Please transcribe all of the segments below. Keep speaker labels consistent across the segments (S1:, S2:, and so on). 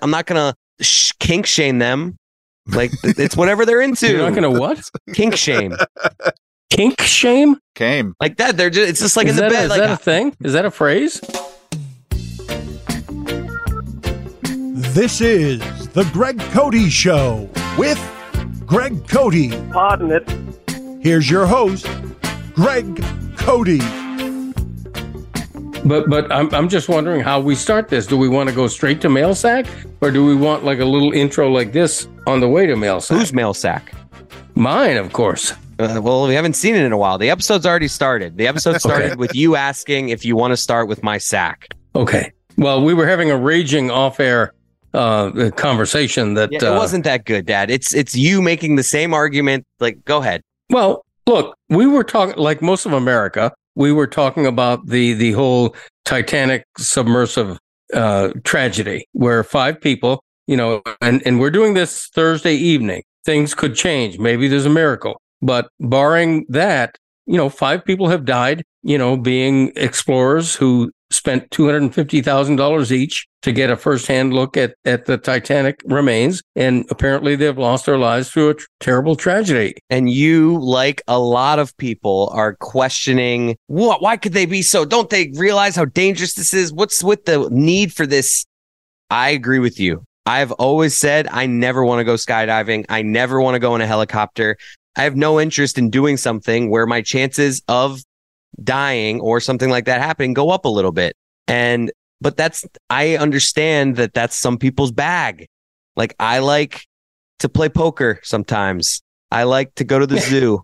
S1: I'm not gonna sh- kink shame them. Like th- it's whatever they're into.
S2: You're not gonna what?
S1: kink shame
S2: Kink shame?
S3: Came.
S1: like that. They're just it's just like in
S2: is
S1: the
S2: that,
S1: bed.
S2: is
S1: like
S2: that a thing? Is that a phrase?
S4: This is The Greg Cody Show with Greg Cody. Pardon it. Here's your host, Greg Cody.
S2: But but I'm I'm just wondering how we start this. Do we want to go straight to mail sack, or do we want like a little intro like this on the way to mail sack?
S1: who's mail sack?
S2: mine? Of course.
S1: Uh, well, we haven't seen it in a while. The episode's already started. The episode started with you asking if you want to start with my sack.
S2: Okay. Well, we were having a raging off-air uh, conversation that
S1: Yeah,
S2: uh,
S1: it wasn't that good, Dad. It's it's you making the same argument. Like, go ahead.
S2: Well, look, we were talking like most of America. We were talking about the the whole Titanic submersive uh, tragedy, where five people, you know, and and we're doing this Thursday evening. Things could change. Maybe there's a miracle, but barring that, you know, five people have died. You know, being explorers who spent two hundred and fifty thousand dollars each to get a firsthand look at at the Titanic remains, and apparently they've lost their lives through a tr- terrible tragedy.
S1: And you, like a lot of people, are questioning what? Why could they be so? Don't they realize how dangerous this is? What's with the need for this? I agree with you. I've always said I never want to go skydiving. I never want to go in a helicopter. I have no interest in doing something where my chances of dying or something like that happening go up a little bit. And, but that's, I understand that that's some people's bag. Like I like to play poker sometimes. I like to go to the zoo.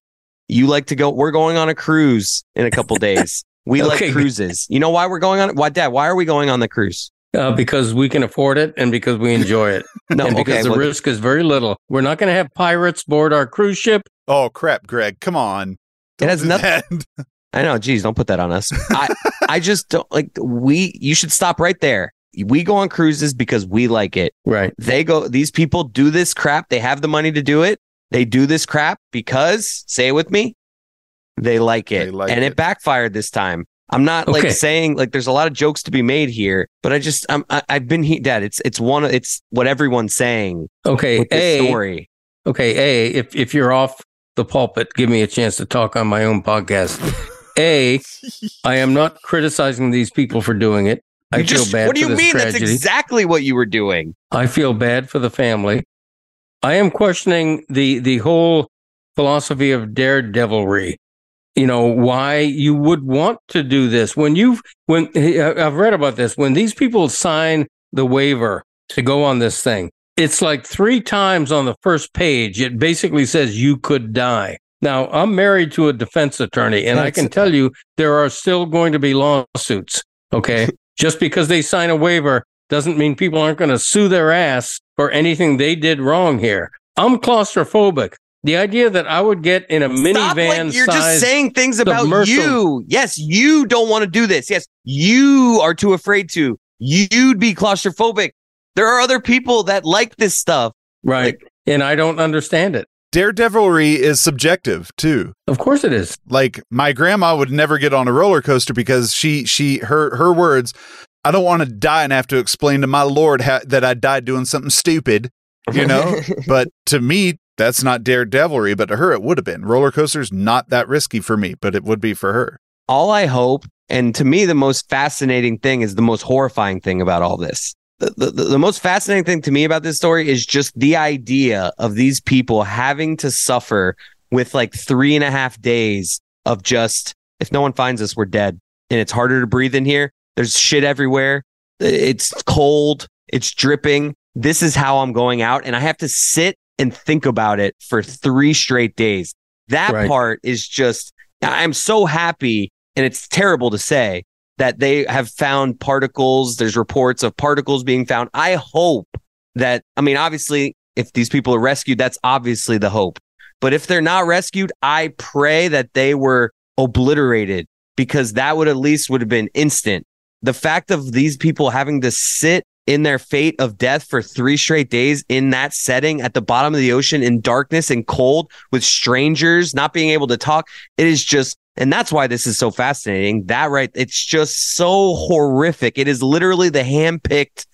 S1: You like to go. We're going on a cruise in a couple days. We
S2: Okay.
S1: like cruises. You know why we're going on? Why, Dad? Why are we going on the cruise?
S2: Uh, because we can afford it and because we enjoy it.
S1: No,
S2: and because
S1: okay,
S2: the
S1: well,
S2: risk is very little. We're not going to have pirates board our cruise ship.
S3: Oh crap, Greg! Come on. Don't
S1: has
S3: do
S1: nothing-
S3: that.
S1: I know. Geez, don't put that on us. I, I just don't like we. You should stop right there. We go on cruises because we like it.
S2: Right.
S1: They go. These people do this crap. They have the money to do it. They do this crap because say it with me. They like it,
S3: They like
S1: and it.
S3: it.
S1: backfired this time. I'm not
S2: Okay.
S1: like saying like there's a lot of jokes to be made here, but I just I'm, I, I've been here, Dad. It's it's one. of It's what everyone's saying
S2: Okay.
S1: with this
S2: A.
S1: story.
S2: Okay. A. If if you're off the pulpit, give me a chance to talk on my own podcast. a. I am not criticizing these people for doing it. I
S1: You
S2: feel
S1: just-
S2: bad.
S1: What do
S2: for
S1: you
S2: this
S1: mean?
S2: Tragedy.
S1: That's exactly what you were doing.
S2: I feel bad for the family. I am questioning the the whole philosophy of daredevilry. You know why you would want to do this when you've when I- I've read about this when these people sign the waiver to go on this thing. It's like three times on the first page. It basically says you could die. Now I'm married to a defense attorney, and I
S1: That's-
S2: can tell you there are still going to be lawsuits. Okay, just because they sign a waiver doesn't mean people aren't going to sue their ass for anything they did wrong here. I'm claustrophobic. The idea that I would get in a
S1: Stop, like,
S2: minivan
S1: you're just
S2: size-
S1: saying things about
S2: submersible.
S1: you. Yes, you don't want to do this. Yes, you are too afraid to. You'd be claustrophobic. There are other people that like this stuff.
S2: right? and I don't understand it.
S3: Daredevilry is subjective too.
S2: Of course it is.
S3: Like my grandma would never get on a roller coaster because she she her her words. I don't want to die and have to explain to my lord how, that I died doing something stupid. You know, but to me. That's not daredevilry, but to her it would have been. Roller coasters not that risky for me, but it would be for her.
S1: All I hope, and to me, the most fascinating thing is the most horrifying thing about all this. The, the, the- the most fascinating thing to me about this story is just the idea of these people having to suffer with like three and a half days of just, if no one finds us, we're dead. And it's harder to breathe in here. There's shit everywhere. It's cold. It's dripping. This is how I'm going out. And I have to sit and think about it for three straight days. That
S2: Right.
S1: part is just, I'm so happy. And it's terrible to say that they have found particles. There's reports of particles being found. I hope that, I mean, obviously, if these people are rescued, that's obviously the hope. But if they're not rescued, I pray that they were obliterated because that would at least would have been instant. The fact of these people having to sit in their fate of death for three straight days in that setting at the bottom of the ocean in darkness and cold with strangers not being able to talk it is just and that's why this is so fascinating that right it's just so horrific it is literally the handpicked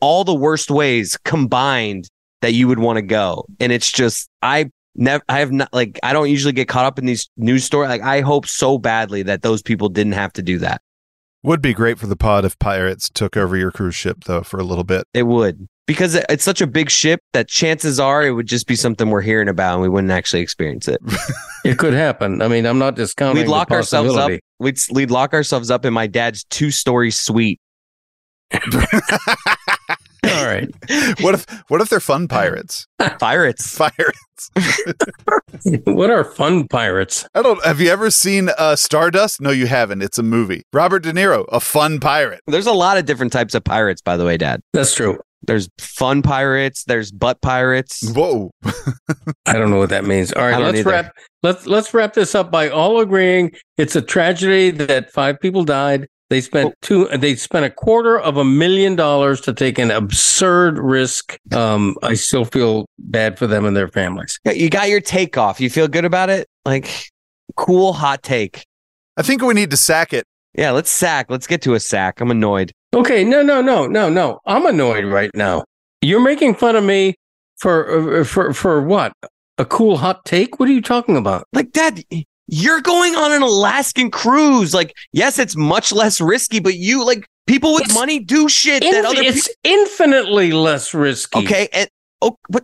S1: all the worst ways combined that you would want to go. And it's just, I never, I have not, like, I don't usually get caught up in these news stories. Like, I hope so badly that those people didn't have to do that.
S3: Would be great for the pod if pirates took over your cruise ship though for a little bit.
S1: It would, because it- it's such a big ship that chances are it would just be something we're hearing about and we wouldn't actually experience it.
S2: It could happen. I mean, I'm not discounting.
S1: we'd
S2: the
S1: lock ourselves up.
S2: possibility.
S1: We'd, we'd lock ourselves up in my dad's two story suite.
S2: All right.
S3: What if what if they're fun pirates?
S1: Pirates.
S3: Pirates.
S2: what are fun pirates?
S3: I don't have you ever seen uh Stardust? No, you haven't. It's a movie. Robert De Niro, a fun pirate.
S1: There's a lot of different types of pirates, by the way, Dad.
S2: That's true.
S1: There's fun pirates. There's butt pirates.
S3: Whoa.
S2: I don't know what that means. All
S1: I
S2: right,
S1: don't
S2: Uh, let's
S1: either.
S2: wrap. Let's let's wrap this up by all agreeing it's a tragedy that five people died. They spent two. They spent a quarter of a million dollars to take an absurd risk. Um, I still feel bad for them and their families.
S1: Yeah, You got your takeoff. You feel good about it? Like, cool hot take.
S3: I think we need to sack it.
S1: Yeah, let's sack. Let's get to a sack. I'm annoyed.
S2: Okay, no, no, no, no, no. I'm annoyed right now. You're making fun of me for uh, for for what? A cool hot take? What are you talking about?
S1: Like, Dad, you're going on an Alaskan cruise. Like, yes, it's much less risky, but you, like, people with
S2: It's
S1: money do shit that
S2: Inf-
S1: other people.
S2: it's infinitely less risky.
S1: Okay. And, oh, what?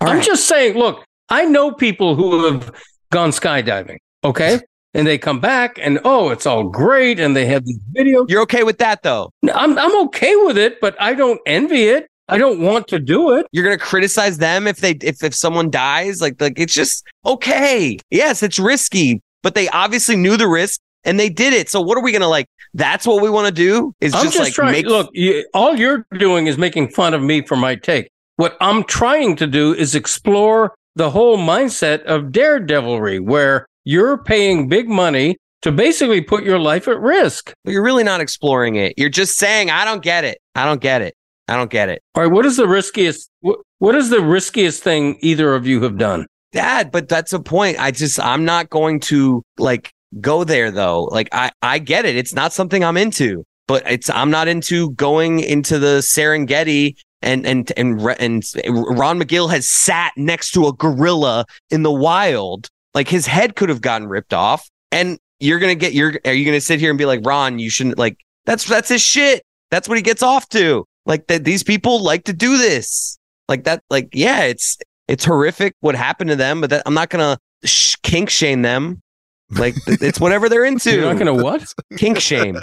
S1: All
S2: I'm
S1: right.
S2: just saying, look, I know people who have gone skydiving, okay? And they come back and oh, it's all great, and they have these videos.
S1: You're okay with that, though.
S2: I'm I'm okay with it, but I don't envy it. I don't want to do it.
S1: You're gonna criticize them if they if if someone dies. Like like it's just okay. Yes, it's risky, but they obviously knew the risk and they did it. So what are we gonna like? That's what we want to do is
S2: I'm
S1: just,
S2: just,
S1: like
S2: trying.
S1: make
S2: look, you, all you're doing is making fun of me for my take. What I'm trying to do is explore the whole mindset of daredevilry, where you're paying big money to basically put your life at risk.
S1: But you're really not exploring it. You're just saying, I don't get it. I don't get it. I don't get it.
S2: All right, what is the riskiest? Wh- what is the riskiest thing either of you have done?
S1: Dad, but that's a point. I just, I'm not going to like go there though. Like, I, I get it. It's not something I'm into, but it's, I'm not into going into the Serengeti. And and and Re- and Ron McGill has sat next to a gorilla in the wild. Like his head could have gotten ripped off. And you're gonna get your. Are you gonna sit here and be like Ron? You shouldn't like. That's that's his shit. That's what he gets off to. Like that. These people like to do this. Like that. Like yeah. It's it's horrific what happened to them, but that, I'm not gonna sh- kink shame them. Like th- it's whatever they're into.
S2: You're not going to what?
S1: kink shame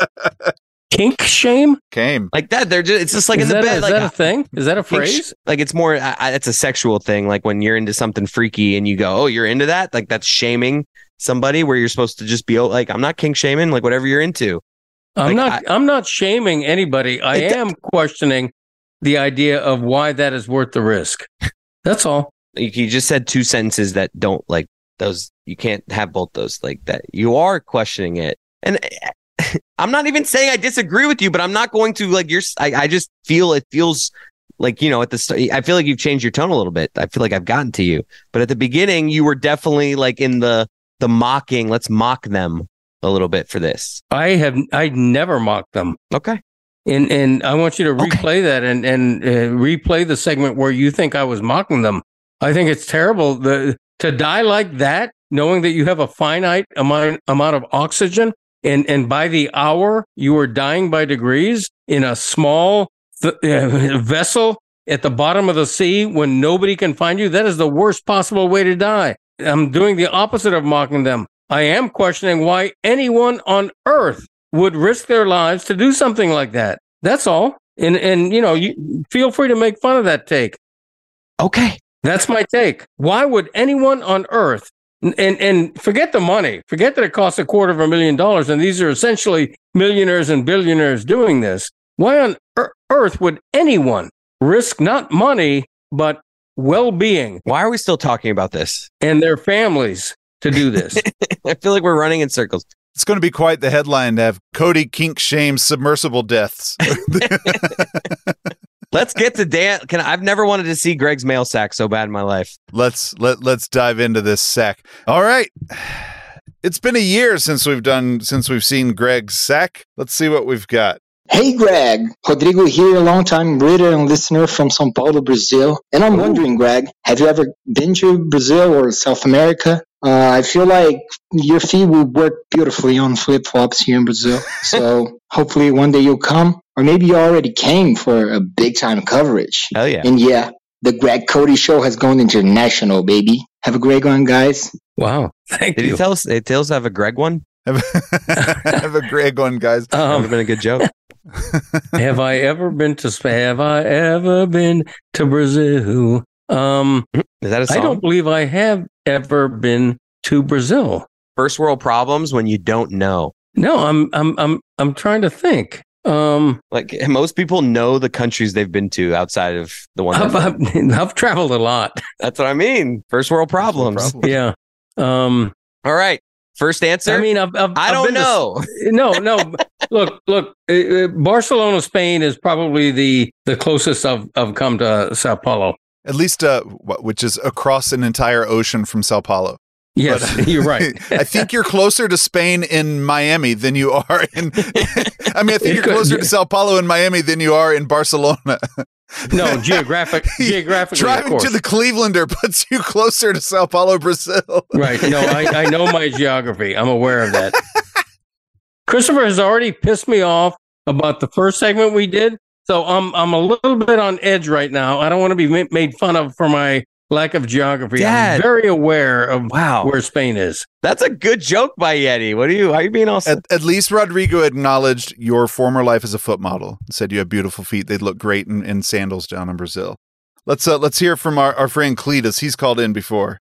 S2: Kink shame?
S3: Came.
S1: like that. They're just. It's just like
S2: is
S1: in the
S2: that, a-
S1: bed.
S2: is
S1: like
S2: that a thing? Is that a
S1: think sh-
S2: phrase?
S1: like it's more I, I, it's a sexual thing like when you're into something freaky and you go oh you're into that like that's shaming somebody where you're supposed to just be oh, like i'm not kink shaming like whatever you're into like,
S2: I'm not. I, am not shaming anybody. I
S1: It-
S2: am questioning the idea of why that is worth the risk. That's all.
S1: you, you just said two sentences that don't like those you can't have both those like that you are questioning it and i'm not even saying i disagree with you but i'm not going to like you're s- i, I just feel it feels like you know at the st- i feel like you've changed your tone a little bit i feel like i've gotten to you but at the beginning you were definitely like in the the mocking let's mock them a little bit for this
S2: I have. I never mocked them.
S1: okay
S2: And and I want you to
S1: Okay.
S2: replay that and and uh, replay the segment where you think I was mocking them. I think it's terrible the, to die like that, knowing that you have a finite amount amount of oxygen, and and by the hour you are dying by degrees in a small th- uh, vessel at the bottom of the sea when nobody can find you. That is the worst possible way to die. I'm doing the opposite of mocking them. I am questioning why anyone on earth would risk their lives to do something like that. That's all. And and you know, you feel free to make fun of that take.
S1: okay
S2: That's my take. Why would anyone on earth and and forget the money, forget that it costs a quarter of a million dollars, and these are essentially millionaires and billionaires doing this. Why on ear- earth would anyone risk not money but well-being
S1: why are we still talking about this
S2: and their families to do this?
S1: i feel like we're running in circles
S3: It's going to be quite the headline to have Cody Kink Shame Submersible Deaths.
S1: let's get to dan can i've never wanted to see greg's mail sack so bad in my life
S3: let's let let's dive into this sack. All right. It's been a year since we've done since we've seen Greg's sack. Let's see what we've got.
S5: Hey Greg, Rodrigo here, longtime reader and listener from Sao Paulo, Brazil. And I'm wondering, Greg, have you ever been to Brazil or South America? Uh, I feel like your feet will work beautifully on flip flops here in Brazil. So hopefully one day you'll come, or maybe you already came for a big time coverage.
S1: Hell yeah.
S5: And yeah, the Greg Cody show has gone international, baby. Have a great one, guys.
S2: Wow. Thank
S1: Did
S2: you.
S1: he tell us? Did Tails have a Greg one?
S3: Have, have a great one, guys.
S1: That would have
S2: um,
S1: been a good joke.
S2: have I ever been to Sp- have I ever been to Brazil? Um,
S1: Is that a song?
S2: I don't believe I have ever been to Brazil.
S1: First world problems when you don't know.
S2: No, I'm I'm I'm I'm trying to think. Um,
S1: Like most people know the countries they've been to outside of the one.
S2: I've,
S1: that-
S2: I've, I've traveled a lot.
S1: That's what I mean. First world problems.
S2: Yeah. Um,
S1: All right. First answer.
S2: I mean, I've, I've
S1: I
S2: I've
S1: don't
S2: been to-
S1: know.
S2: no, no. look, look. uh, uh, Barcelona, Spain is probably the the closest I've I've come to Sao Paulo.
S3: At least, uh, wh- which is across an entire ocean from Sao Paulo.
S2: Yes,
S3: But-
S2: you're right.
S3: I think you're closer to Spain in Miami than you are in. I mean, I
S2: It
S3: think you're
S2: could-
S3: closer to Sao Paulo in Miami than you are in Barcelona.
S2: no, geographic geographically. of
S3: Driving
S2: course.
S3: to the Clevelander puts you closer to Sao Paulo, Brazil.
S2: Right. No, I, I know my geography. I'm aware of that. Christopher has already pissed me off about the first segment we did. So I'm I'm a little bit on edge right now. I don't want to be ma- made fun of for my lack of geography.
S1: Dad.
S2: I'm very aware of
S1: Wow.
S2: where Spain is.
S1: That's a good joke by Yeti. What are you? Are you being all?
S3: At, at least Rodrigo acknowledged your former life as a foot model and said you have beautiful feet. They look great in, in sandals down in Brazil. Let's uh, let's hear from our, our friend Cletus. He's called in before.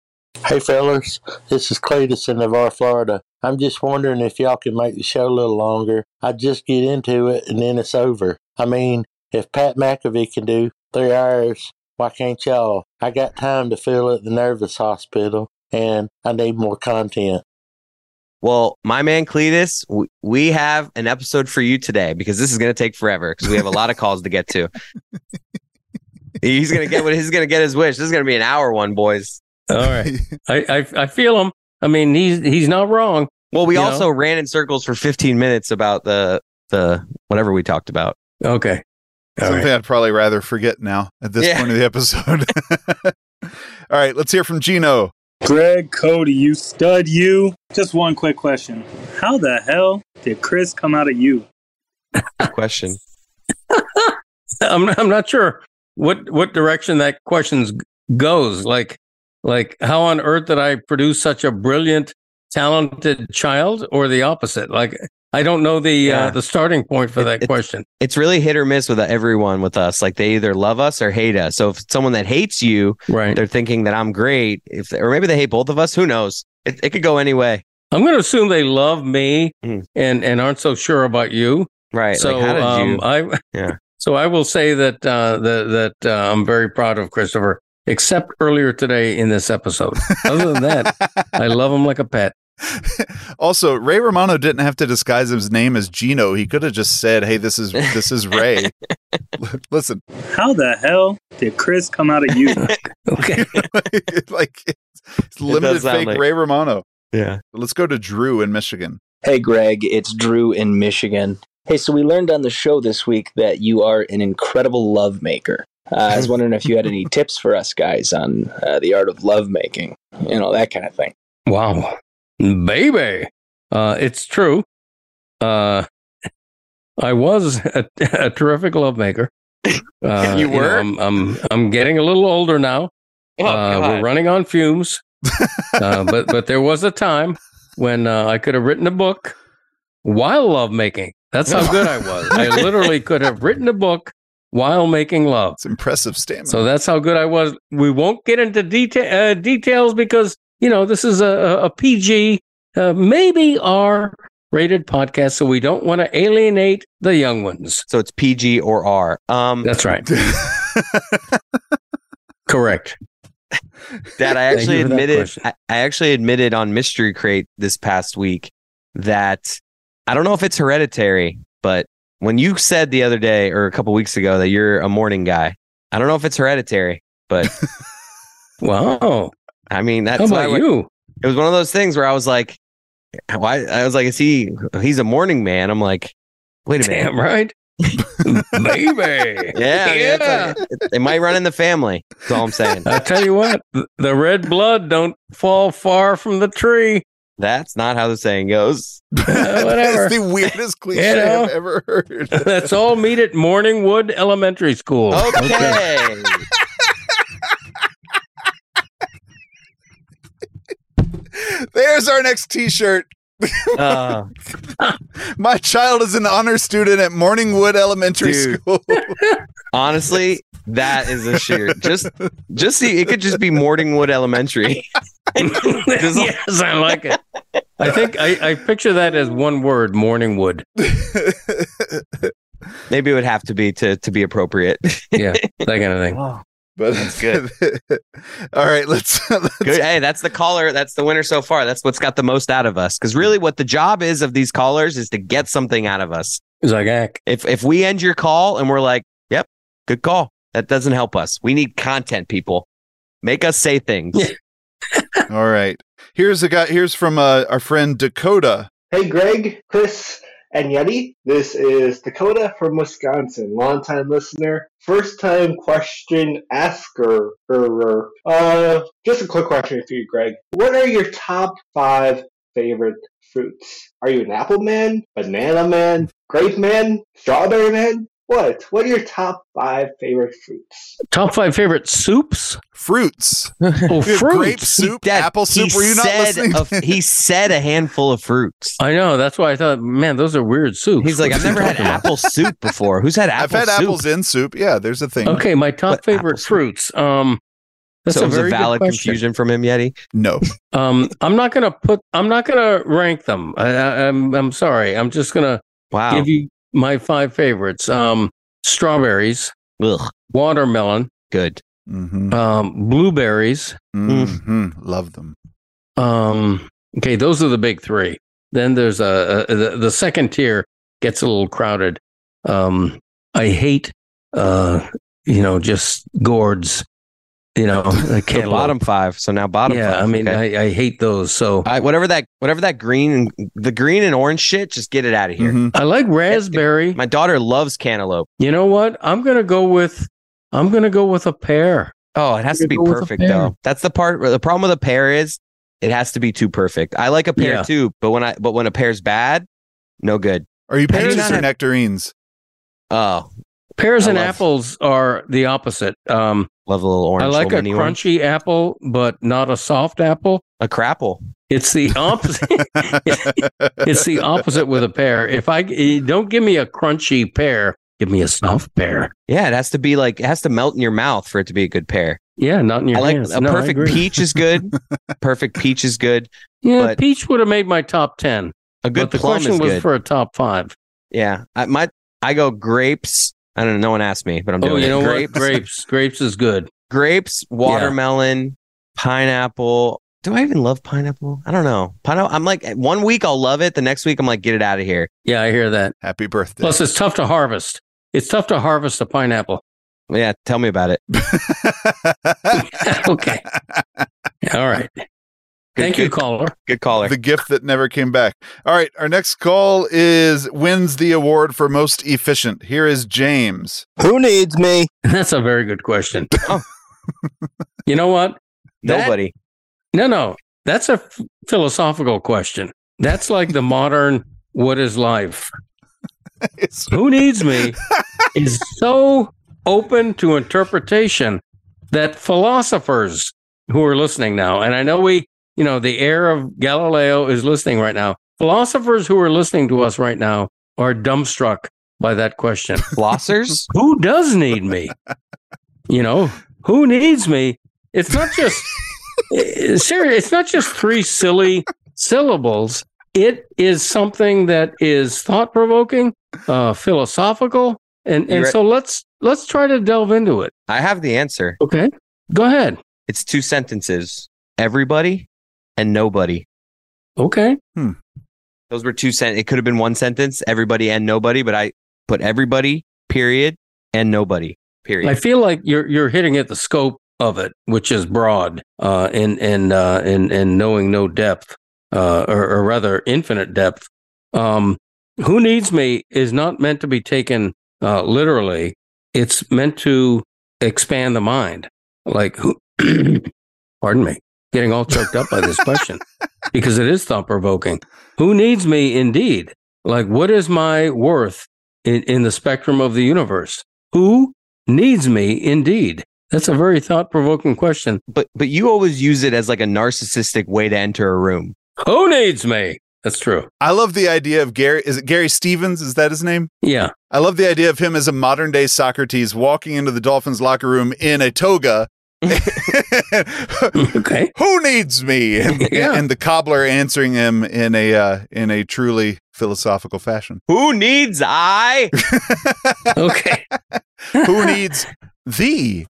S6: Hey fellas, this is Cletus in Navarre, Florida. I'm just wondering if y'all can make the show a little longer. I just get into it and then it's over. I mean, if Pat McAfee can do three hours, why can't y'all? I got time to fill at the nervous hospital and I need more content.
S1: Well, my man Cletus, we, we have an episode for you today because this is going to take forever because we have a lot of calls to get to. He's gonna get what he's gonna get his wish. This is gonna be an hour one, boys.
S2: All right. I, I I feel him. I mean, he's he's not wrong.
S1: Well, we
S2: You
S1: also ran in circles for 15 minutes about the the whatever we talked about.
S2: Okay. All
S3: Something
S2: right.
S3: I'd probably rather forget now at this
S1: Yeah.
S3: point of the episode. All right, let's hear from Gino.
S7: Greg Cody, you stud, you. Just one quick question. How the hell did Chris come out of you?
S1: Good question.
S2: I'm I'm not sure what what direction that question goes. Like like how on earth did I produce such a brilliant, talented child, or the opposite? Like I don't know the
S1: Yeah.
S2: uh, the starting point for
S1: It-
S2: that
S1: it-
S2: question.
S1: It's really hit or miss with uh, everyone with us. Like they either love us or hate us. So if it's someone that hates you,
S2: Right.
S1: they're thinking that I'm great. If or maybe they hate both of us. Who knows? It, it could go any way.
S2: I'm going to assume they love me
S1: Mm.
S2: and and aren't so sure about you.
S1: Right.
S2: so
S1: like, how did
S2: um,
S1: you?
S2: I
S1: Yeah.
S2: So I will say that uh, that that uh, I'm very proud of Christopher. Except earlier today in this episode. Other than that, I love him like a pet.
S3: also, Ray Romano didn't have to disguise his name as Gino. He could have just said, "Hey, this is this is Ray." L- Listen,
S7: How the hell did Chris come out of you?
S2: Okay.
S3: like it's, it's limited
S1: sound
S3: fake
S1: like-
S3: Ray Romano.
S1: yeah.
S3: Let's go to Drew in Michigan.
S5: Hey, Greg, it's Drew in Michigan. Hey, so we learned on the show this week that you are an incredible lovemaker. Uh, I was wondering if you had any tips for us guys on uh, the art of lovemaking, you know, that kind of thing.
S2: Wow, baby, uh, it's true. Uh, I was a, a terrific lovemaker. Uh,
S1: You were?
S2: I'm, I'm I'm getting a little older now.
S1: Oh,
S2: uh,
S1: God.
S2: we're running on fumes. uh, but but there was a time when uh, I could have written a book while lovemaking. That's how good I was. I literally could have written a book while making love.
S3: It's impressive stamina.
S2: So that's how good I was. We won't get into deta- uh, details because you know this is a, a, a PG, uh, maybe R rated podcast, so we don't want to alienate the young ones.
S1: So it's PG or R. Um,
S2: That's right. Correct.
S1: that I
S2: Thank
S1: actually
S2: you for that
S1: admitted.
S2: question.
S1: I, I actually admitted on Mystery Crate this past week that I don't know if it's hereditary, but when you said the other day or a couple weeks ago that you're a morning guy, I don't know if it's hereditary.
S2: Wow.
S1: I mean, that's
S2: how
S1: why I
S2: about
S1: went-
S2: you?
S1: it was one of those things where I was like, why? I was like, is he? He's a morning man. I'm like, wait a minute.
S2: Damn right. Baby.
S1: Yeah, I mean, it's like- it, it might run in the family. That's all I'm saying.
S2: I tell you what, th- the red blood don't fall far from the tree.
S1: That's not how the saying goes.
S2: Uh, whatever.
S3: That's the weirdest cliche
S2: know?
S3: I've ever heard.
S2: Let's all meet at Morningwood Elementary School.
S1: Okay.
S3: There's our next T-shirt.
S1: Uh,
S3: My child is an honor student at Morningwood Elementary
S1: Dude.
S3: School.
S1: honestly, that is a shirt. Just, just see, it could just be Morningwood Elementary.
S2: yes, I like it. I think I, I picture that as one word, Morningwood.
S1: Maybe it would have to be to to be appropriate.
S2: Yeah, that kind of thing.
S3: But
S1: good.
S3: all right, let's. let's
S1: Good. Hey, that's the caller. That's the winner so far. That's what's got the most out of us. Because really, what the job is of these callers is to get something out of us.
S2: It's like, ah,
S1: If if we end your call and we're like, "Yep, good call," that doesn't help us. We need content, people. Make us say things.
S3: All right. Here's a guy. Here's from uh, our friend Dakota.
S5: Hey, Greg, Chris, and Yeti. This is Dakota from Wisconsin, longtime listener, first time question asker. Uh, just a quick question for you, Greg. What are your top five favorite fruits? Are you an apple man, banana man, grape man, strawberry man? What? What are your top five favorite fruits?
S2: top five favorite soups?
S3: Fruits.
S2: Oh,
S3: We have grape
S2: fruits.
S3: soup,
S1: Dad,
S3: apple
S1: he
S3: soup. Were you not
S1: said
S3: listening?
S1: a- he said a handful of fruits.
S2: I know. That's why I thought, man, those are weird soups.
S1: He's like,
S2: What
S1: I've
S2: are you
S1: never had
S2: talking about?"
S1: apple soup before. Who's had apple
S3: I've had
S1: soup?
S3: apples in soup. Yeah, there's a thing.
S2: Okay, my top
S1: But apple
S2: favorite
S1: soup.
S2: fruits. Um, that's
S1: so
S2: a
S1: it was a
S2: very
S1: valid
S2: good question.
S1: confusion from him, Yeti.
S3: No.
S2: Um, I'm not gonna put. I'm not gonna rank them. I, I, I'm. I'm sorry. I'm just gonna
S1: Wow.
S2: give you my five favorites. Um, strawberries,
S1: Ugh,
S2: watermelon,
S1: good.
S3: Mm-hmm.
S2: um, blueberries.
S1: Uh, mm.
S3: hmm Love them.
S2: Um, okay, those are the big three. Then there's a, a the, the second tier gets a little crowded. Um, I hate, uh, you know, just gourds. You know, I
S1: The
S2: can't.
S1: bottom five. So now bottom.
S2: yeah,
S1: five.
S2: I mean,
S1: Okay.
S2: I, I hate those. So
S1: I, whatever that, whatever that green and the green and orange shit, just get it out of here.
S3: Mhm.
S2: I like raspberry.
S1: My daughter loves cantaloupe.
S2: You know what? I'm gonna go with I'm gonna go with a pear.
S1: Oh, it has to be
S2: Go with a
S1: perfect
S2: pear.
S1: though. That's the part. The problem with a pear is it has to be too perfect. I like a pear
S2: Yeah.
S1: too, but when I but when a pear's bad, no good.
S3: Are you
S1: I do
S3: peaches
S1: not
S3: or
S1: have-
S3: nectarines?
S1: Oh,
S2: Pears
S1: I
S2: and
S1: love-
S2: apples are the opposite. Um,
S1: love a little orange.
S2: I like
S1: little
S2: a
S1: mini orange.
S2: crunchy apple, but not a soft apple.
S1: a crapple.
S2: It's the opposite. it's the opposite with a pear. If I eh, don't give me a crunchy pear, give me a soft pear.
S1: Yeah, it has to be like it has to melt in your mouth for it to be a good pear.
S2: Yeah, not in your
S1: I like
S2: hands.
S1: a
S2: No, I
S1: perfect
S2: agree.
S1: peach is good. perfect peach is good.
S2: Yeah,
S1: but-
S2: peach would have made my top ten.
S1: A good
S2: but the
S1: plum
S2: question
S1: is
S2: was
S1: good.
S2: for a top five.
S1: yeah, I, my I go grapes. I don't know. No one asked me, but I'm doing
S2: Oh, you
S1: it.
S2: know
S1: grapes,
S2: what? Grapes. Grapes is good.
S1: grapes, watermelon, pineapple. Do I even love pineapple? I don't know. Pineapple. I'm like one week I'll love it. The next week I'm like get it out of here.
S2: Yeah, I hear that.
S3: Happy birthday.
S2: Plus, it's tough to harvest. It's tough to harvest a pineapple.
S1: Yeah, tell me about it.
S2: okay. All right. Thank you,
S1: good-
S2: caller.
S1: Good caller.
S3: the gift that never came back. All right, our next call is wins the award for most efficient. Here is James.
S8: Who needs me?
S2: That's a very good question.
S1: Oh.
S2: you know what? That-
S1: Nobody.
S2: No, no. That's a f- philosophical question. That's like the modern what is life?
S3: It's-
S2: Who needs me is so open to interpretation that philosophers who are listening now, and I know we, you know, the heir of Galileo is listening right now. Philosophers who are listening to us right now are dumbstruck by that question.
S1: Flossers.
S2: who does need me? You know, who needs me? It's not just serious. It's not just three silly syllables. It is something that is thought provoking, uh, philosophical, and and
S1: You're-
S2: so let's let's try to delve into it.
S1: I have the answer.
S2: Okay, go ahead.
S1: It's two sentences. Everybody and nobody.
S2: Okay,
S1: Those were two sent. It could have been one sentence. Everybody and nobody, but I put everybody. Period and nobody. Period.
S2: I feel like you're you're hitting at the scope of it, which is broad, uh, and and uh, and and knowing no depth, uh, or, or rather infinite depth. Um, who needs me is not meant to be taken uh, literally, it's meant to expand the mind. Like, who, pardon me, getting all choked up by this question because it is thought provoking. Who needs me indeed? Like, what is my worth in, in the spectrum of the universe? Who needs me indeed? That's a very thought provoking question.
S1: But but you always use it as like a narcissistic way to enter a room.
S2: Who needs me? That's true.
S3: I love the idea of Gary. Is it Gary Stevens? Is that his name?
S2: Yeah.
S3: I love the idea of him as a modern day Socrates walking into the Dolphins locker room in a toga.
S2: Okay.
S3: Who needs me? And,
S2: Yeah.
S3: and the cobbler answering him in a uh, in a truly philosophical fashion.
S1: Who needs I?
S2: Okay.
S3: Who needs thee?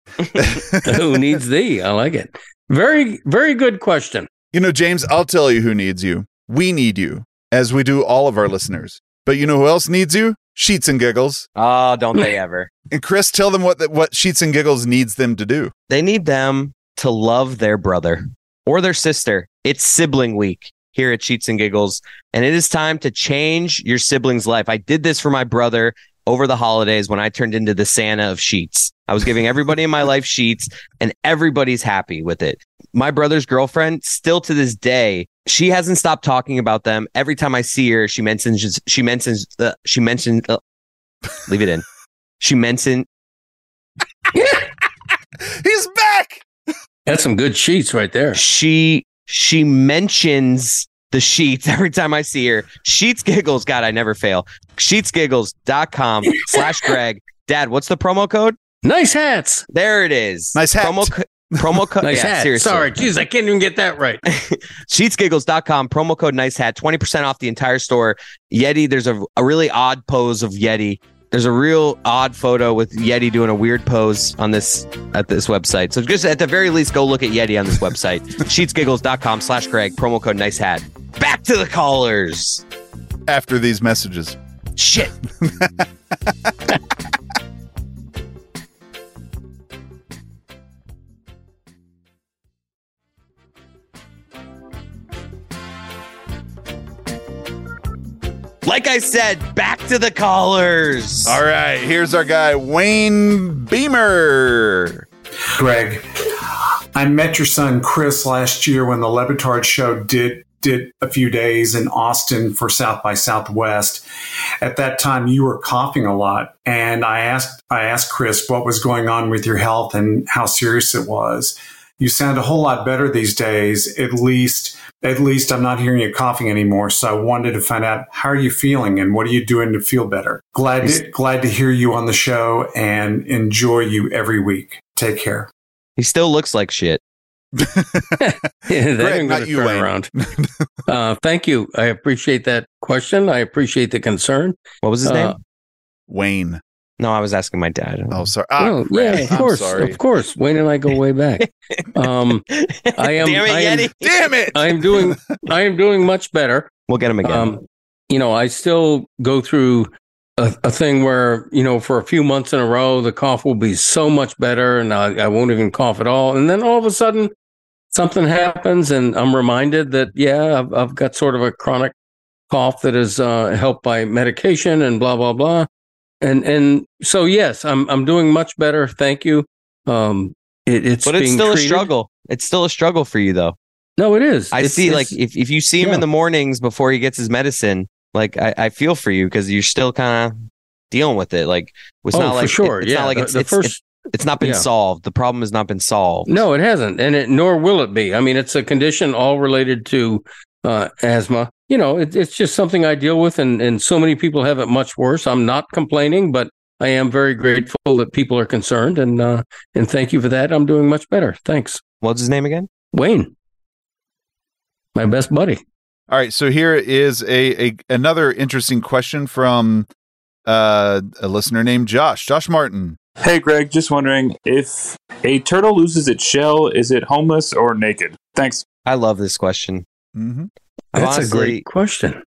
S2: who needs thee? I like it. Very, very good question.
S3: You know, James, I'll tell you who needs you. We need you, as we do all of our listeners. But you know who else needs you? Sheets and Giggles.
S1: Oh, don't they ever?
S3: And Chris, tell them what the, what Sheets and Giggles needs them to do.
S1: They need them to love their brother or their sister. It's sibling week here at Cheats and Giggles, and it is time to change your sibling's life. I did this for my brother over the holidays when I turned into the Santa of sheets. I was giving everybody in my life sheets, and everybody's happy with it. My brother's girlfriend, still to this day, she hasn't stopped talking about them. Every time I see her, she mentions she mentions uh, she mentioned uh, leave it in. She mentioned
S3: He's back.
S2: That's some good sheets right there.
S1: she she mentions the sheets every time I see her. Sheets giggles. God, I never fail. Sheetsgiggles.com slash Greg. Dad, what's the promo code?
S2: Nice hats.
S1: There it is.
S3: Nice hat.
S1: Promo, co- promo code.
S2: Nice
S1: yeah,
S2: hats.
S1: seriously.
S2: Sorry. Jeez, I can't even get that right.
S1: Sheetsgiggles.com, promo code nice hat, 20% off the entire store. Yeti, there's a, a really odd pose of Yeti. There's a real odd photo with Yeti doing a weird pose on this at this website. So just at the very least, go look at Yeti on this website. Sheetsgiggles.com slash Greg, promo code nice hat. Back to the callers.
S3: After these messages.
S1: Shit. Like I said, back to the callers.
S3: All right, here's our guy Wayne Beamer.
S8: Greg. I met your son Chris last year when the Levitard show did did a few days in Austin for South by Southwest. At that time you were coughing a lot and I asked I asked Chris what was going on with your health and how serious it was. You sound a whole lot better these days. At least at least I'm not hearing you coughing anymore. So I wanted to find out how are you feeling and what are you doing to feel better? Glad to, glad to hear you on the show and enjoy you every week. Take care.
S1: He still looks like shit.
S2: Yeah, they
S3: Greg,
S2: ain't gonna
S3: not you,
S2: turn
S3: Wayne.
S2: around. uh, thank you. I appreciate that question. I appreciate the concern.
S1: What was his
S2: Uh,
S1: name?
S3: Wayne.
S1: No, I was asking my dad.
S3: Oh, sorry. Ah,
S2: Well,
S3: crap.
S2: yeah, of
S3: I'm
S2: course,
S3: sorry.
S2: of course. Wayne and I go way back. Um, I am-
S1: Damn it,
S2: I am-
S1: Yeti.
S3: Damn it.
S2: I am doing. I am doing much better.
S1: We'll get him again.
S2: Um, you know, I still go through a, a thing where, you know, for a few months in a row, the cough will be so much better and I, I won't even cough at all. And then all of a sudden, something happens and I'm reminded that, yeah, I've, I've got sort of a chronic cough that is uh, helped by medication and blah, blah, blah. And, and so, yes, I'm, I'm doing much better. Thank you. Um, it, it's
S1: but it's
S2: being
S1: still a
S2: treated.
S1: struggle. It's still a struggle for you, though.
S2: No, it is.
S1: I
S2: It's-
S1: see,
S2: it's-
S1: like, if, if you see him
S2: yeah.
S1: in the mornings before he gets his medicine, like, I, I feel for you because you're still kind of dealing with it. Like, it's
S2: oh,
S1: not like,
S2: for sure.
S1: it- it's
S2: yeah.
S1: not like
S2: the-
S1: it's,
S2: the
S1: it's,
S2: first,
S1: it's not been
S2: yeah.
S1: solved. The problem has not been solved.
S2: No, it hasn't, and it nor will it be. I mean, it's a condition all related to uh, asthma. You know, it, it's just something I deal with, and and so many people have it much worse. I'm not complaining, but I am very grateful that people are concerned, and uh, and thank you for that. I'm doing much better. Thanks,
S1: What's his name again?
S2: Wayne, my best buddy.
S3: All right, so here is a, a another interesting question from uh, a listener named Josh. Josh Martin.
S7: Hey, Greg, just wondering if a turtle loses its shell, is it homeless or naked? Thanks.
S1: I love this question.
S3: Mm-hmm.
S1: I've
S2: That's
S1: honestly,
S2: a great question.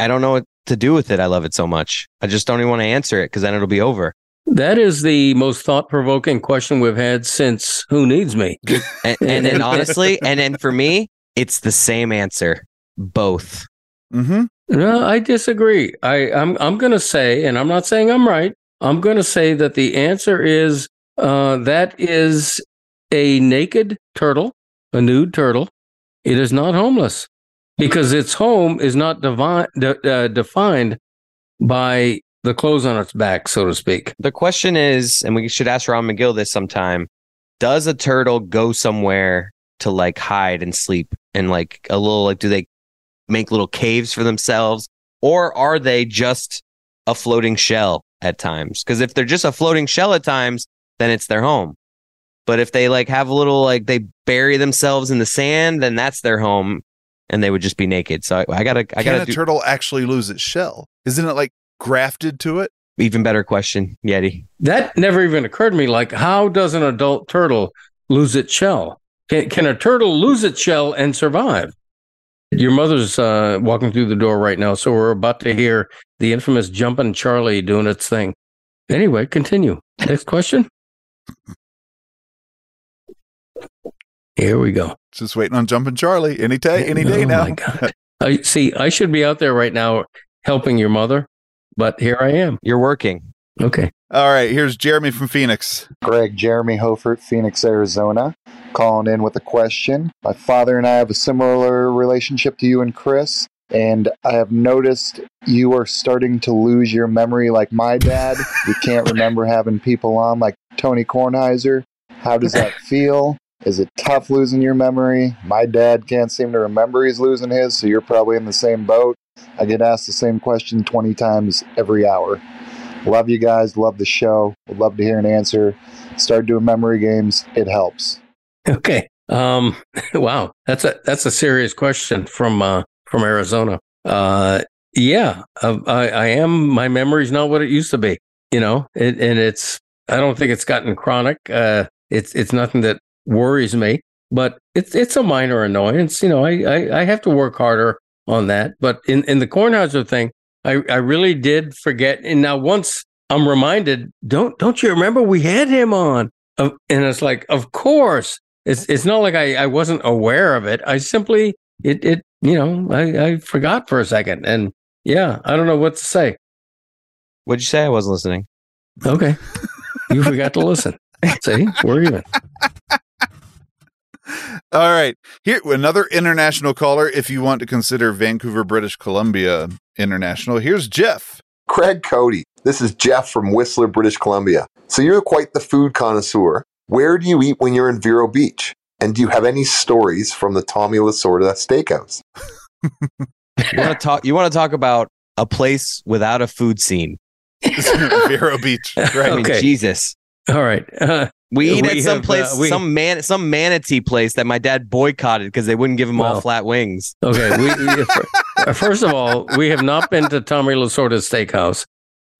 S1: I don't know what to do with it. I love it so much. I just don't even want to answer it because then it'll be over.
S2: That is the most thought provoking question we've had since "Who Needs Me."
S1: And, and then honestly, and then for me, it's the same answer. Both.
S3: Mm-hmm.
S2: No, I disagree. I, I'm I'm going to say, and I'm not saying I'm right. I'm going to say that the answer is uh, that is a naked turtle, a nude turtle. It is not homeless because its home is not devi- de- uh, defined by the clothes on its back, so to speak.
S1: The question is, and we should ask Ron McGill this sometime: Does a turtle go somewhere to like hide and sleep, and like a little like do they make little caves for themselves, or are they just a floating shell at times? Because if they're just a floating shell at times, then it's their home. But if they like have a little like they bury themselves in the sand, then that's their home, and they would just be naked. So I, I gotta, I
S3: Can
S1: gotta
S3: a
S1: do
S3: turtle actually lose its shell? Isn't it like grafted to it?
S1: even better question, Yeti.
S2: That never even occurred to me. Like, how does an adult turtle lose its shell? Can, can a turtle lose its shell and survive? Your mother's uh, walking through the door right now, so we're about to hear the infamous jumping Charlie doing its thing. Anyway, continue. Next question. Here we go.
S3: Just waiting on jumping Charlie any day, any day
S2: oh
S3: now.
S2: My God. I see. I should be out there right now helping your mother, but here I am.
S1: You're working.
S2: Okay.
S3: All right, here's Jeremy from Phoenix.
S9: Greg Jeremy Hofert, Phoenix, Arizona, calling in with a question. My father and I have a similar relationship to you and Chris, and I have noticed you are starting to lose your memory like my dad. you can't remember having people on like Tony Kornheiser. How does that feel? Is it tough losing your memory? My dad can't seem to remember he's losing his, so you're probably in the same boat. I get asked the same question 20 times every hour. Love you guys. Love the show. Would love to hear an answer. Start doing memory games. It helps.
S2: Okay. Um, wow, that's a that's a serious question from uh, from Arizona. Uh, yeah, I, I I am. My memory's not what it used to be. You know, it, and it's I don't think it's gotten chronic. Uh, it's it's nothing that worries me, but it's it's a minor annoyance. You know, I I, I have to work harder on that. But in in the Kornheiser thing, I I really did forget. And now once I'm reminded, don't don't you remember we had him on? Of, and it's like, of course it's it's not like I, I wasn't aware of it. I simply it it you know I, I forgot for a second, and yeah, I don't know what to say.
S1: What'd you say? I wasn't listening.
S2: Okay, you forgot to listen. See, we're even.
S3: All right, here another international caller. If you want to consider Vancouver, British Columbia international, here's Jeff.
S10: Craig Cody, this is Jeff from Whistler, British Columbia. So you're quite the food connoisseur. Where do you eat when you're in Vero Beach? And do you have any stories from the Tommy Lasorda Steakhouse?
S1: You want to talk? You want to talk about a place without a food scene?
S3: Vero Beach. Right.
S1: I mean,
S2: Okay.
S1: Jesus.
S2: All right, uh,
S1: We eat
S2: We
S1: at some
S2: have,
S1: place,
S2: uh, we-
S1: some man, some manatee place that my dad boycotted because they wouldn't give him all
S2: Well.
S1: flat wings.
S2: okay. We, we- fir- first of all, we have not been to Tommy Lasorda's steakhouse.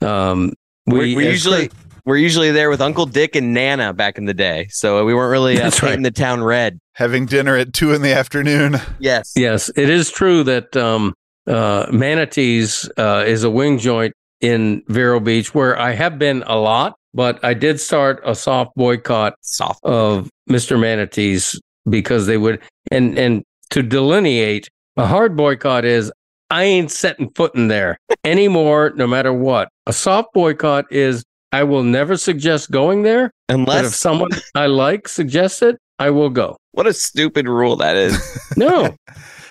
S2: Um,
S1: We, we
S2: as-
S1: usually we're usually there with Uncle Dick and Nana back in the day, so we weren't really uh,
S2: That's right.
S1: painting the town red.
S3: Having dinner at two in the afternoon.
S1: Yes.
S2: Yes, it is true that um, uh, Manatees uh, is a wing joint in Vero Beach, where I have been a lot, but I did start a soft boycott
S1: Soft.
S2: of Mr. Manatees because they would and and to delineate a hard boycott is I ain't setting foot in there anymore, no matter what. A soft boycott is I will never suggest going there, but if
S1: Unless
S2: someone I like suggests it, I will go.
S1: what a stupid rule that is.
S2: No,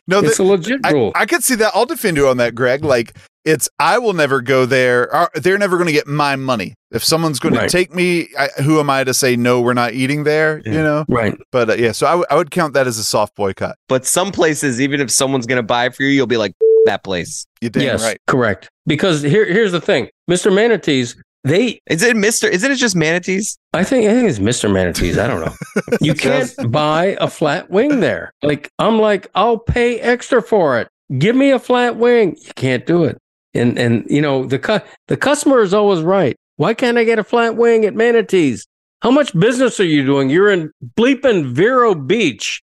S3: No,
S2: it's
S3: that,
S2: a legit
S3: I,
S2: rule.
S3: I could see that. I'll defend you on that, Greg. Like it's I will never go there. Or, they're never going to get my money. If someone's going
S2: Right.
S3: to take me, I, who am I to say no? We're not eating there. You know.
S2: right.
S3: But uh, yeah, so I, w- I would count that as a soft boycott.
S1: but some places, even if someone's gonna buy for you, you'll be like that place.
S3: You damn
S2: yes,
S3: right.
S2: correct. Because here, here's the thing, Mr. Manatees. They,
S1: Is it Mister? Isn't it just manatees?
S2: I think, I think it's Mr. Manatees. I don't know. You can't buy a flat wing there. Like I'm like, I'll pay extra for it. Give me a flat wing. You can't do it. And and you know the cu- the customer is always right. Why can't I get a flat wing at Manatees? How much business are you doing? You're in bleeping Vero Beach.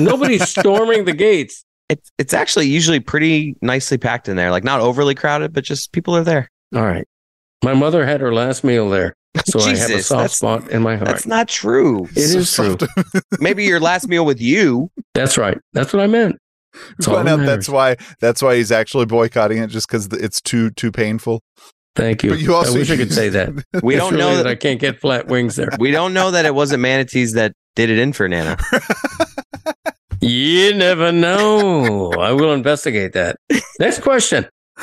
S2: nobody storming the gates.
S1: It's it's actually usually pretty nicely packed in there. Like not overly crowded, but just people are there.
S2: All right. My mother had her last meal there, so I have a
S1: Jesus,
S2: soft
S1: that's-
S2: spot in my heart.
S1: That's not true.
S2: It is true.
S1: Maybe your last meal with you.
S2: That's right. That's what I meant. That's all
S3: Find
S2: that
S3: out that's
S2: matters.
S3: why that's why he's actually boycotting it just because it's too too painful.
S2: Thank you.
S3: But you also
S2: I wish I could
S3: used-
S2: say that.
S1: We
S2: It's
S1: don't
S2: really
S1: know
S2: that I can't get flat wings there.
S1: We don't know that it wasn't manatees that did it in for Nana.
S2: You never know. I will investigate that. Next question.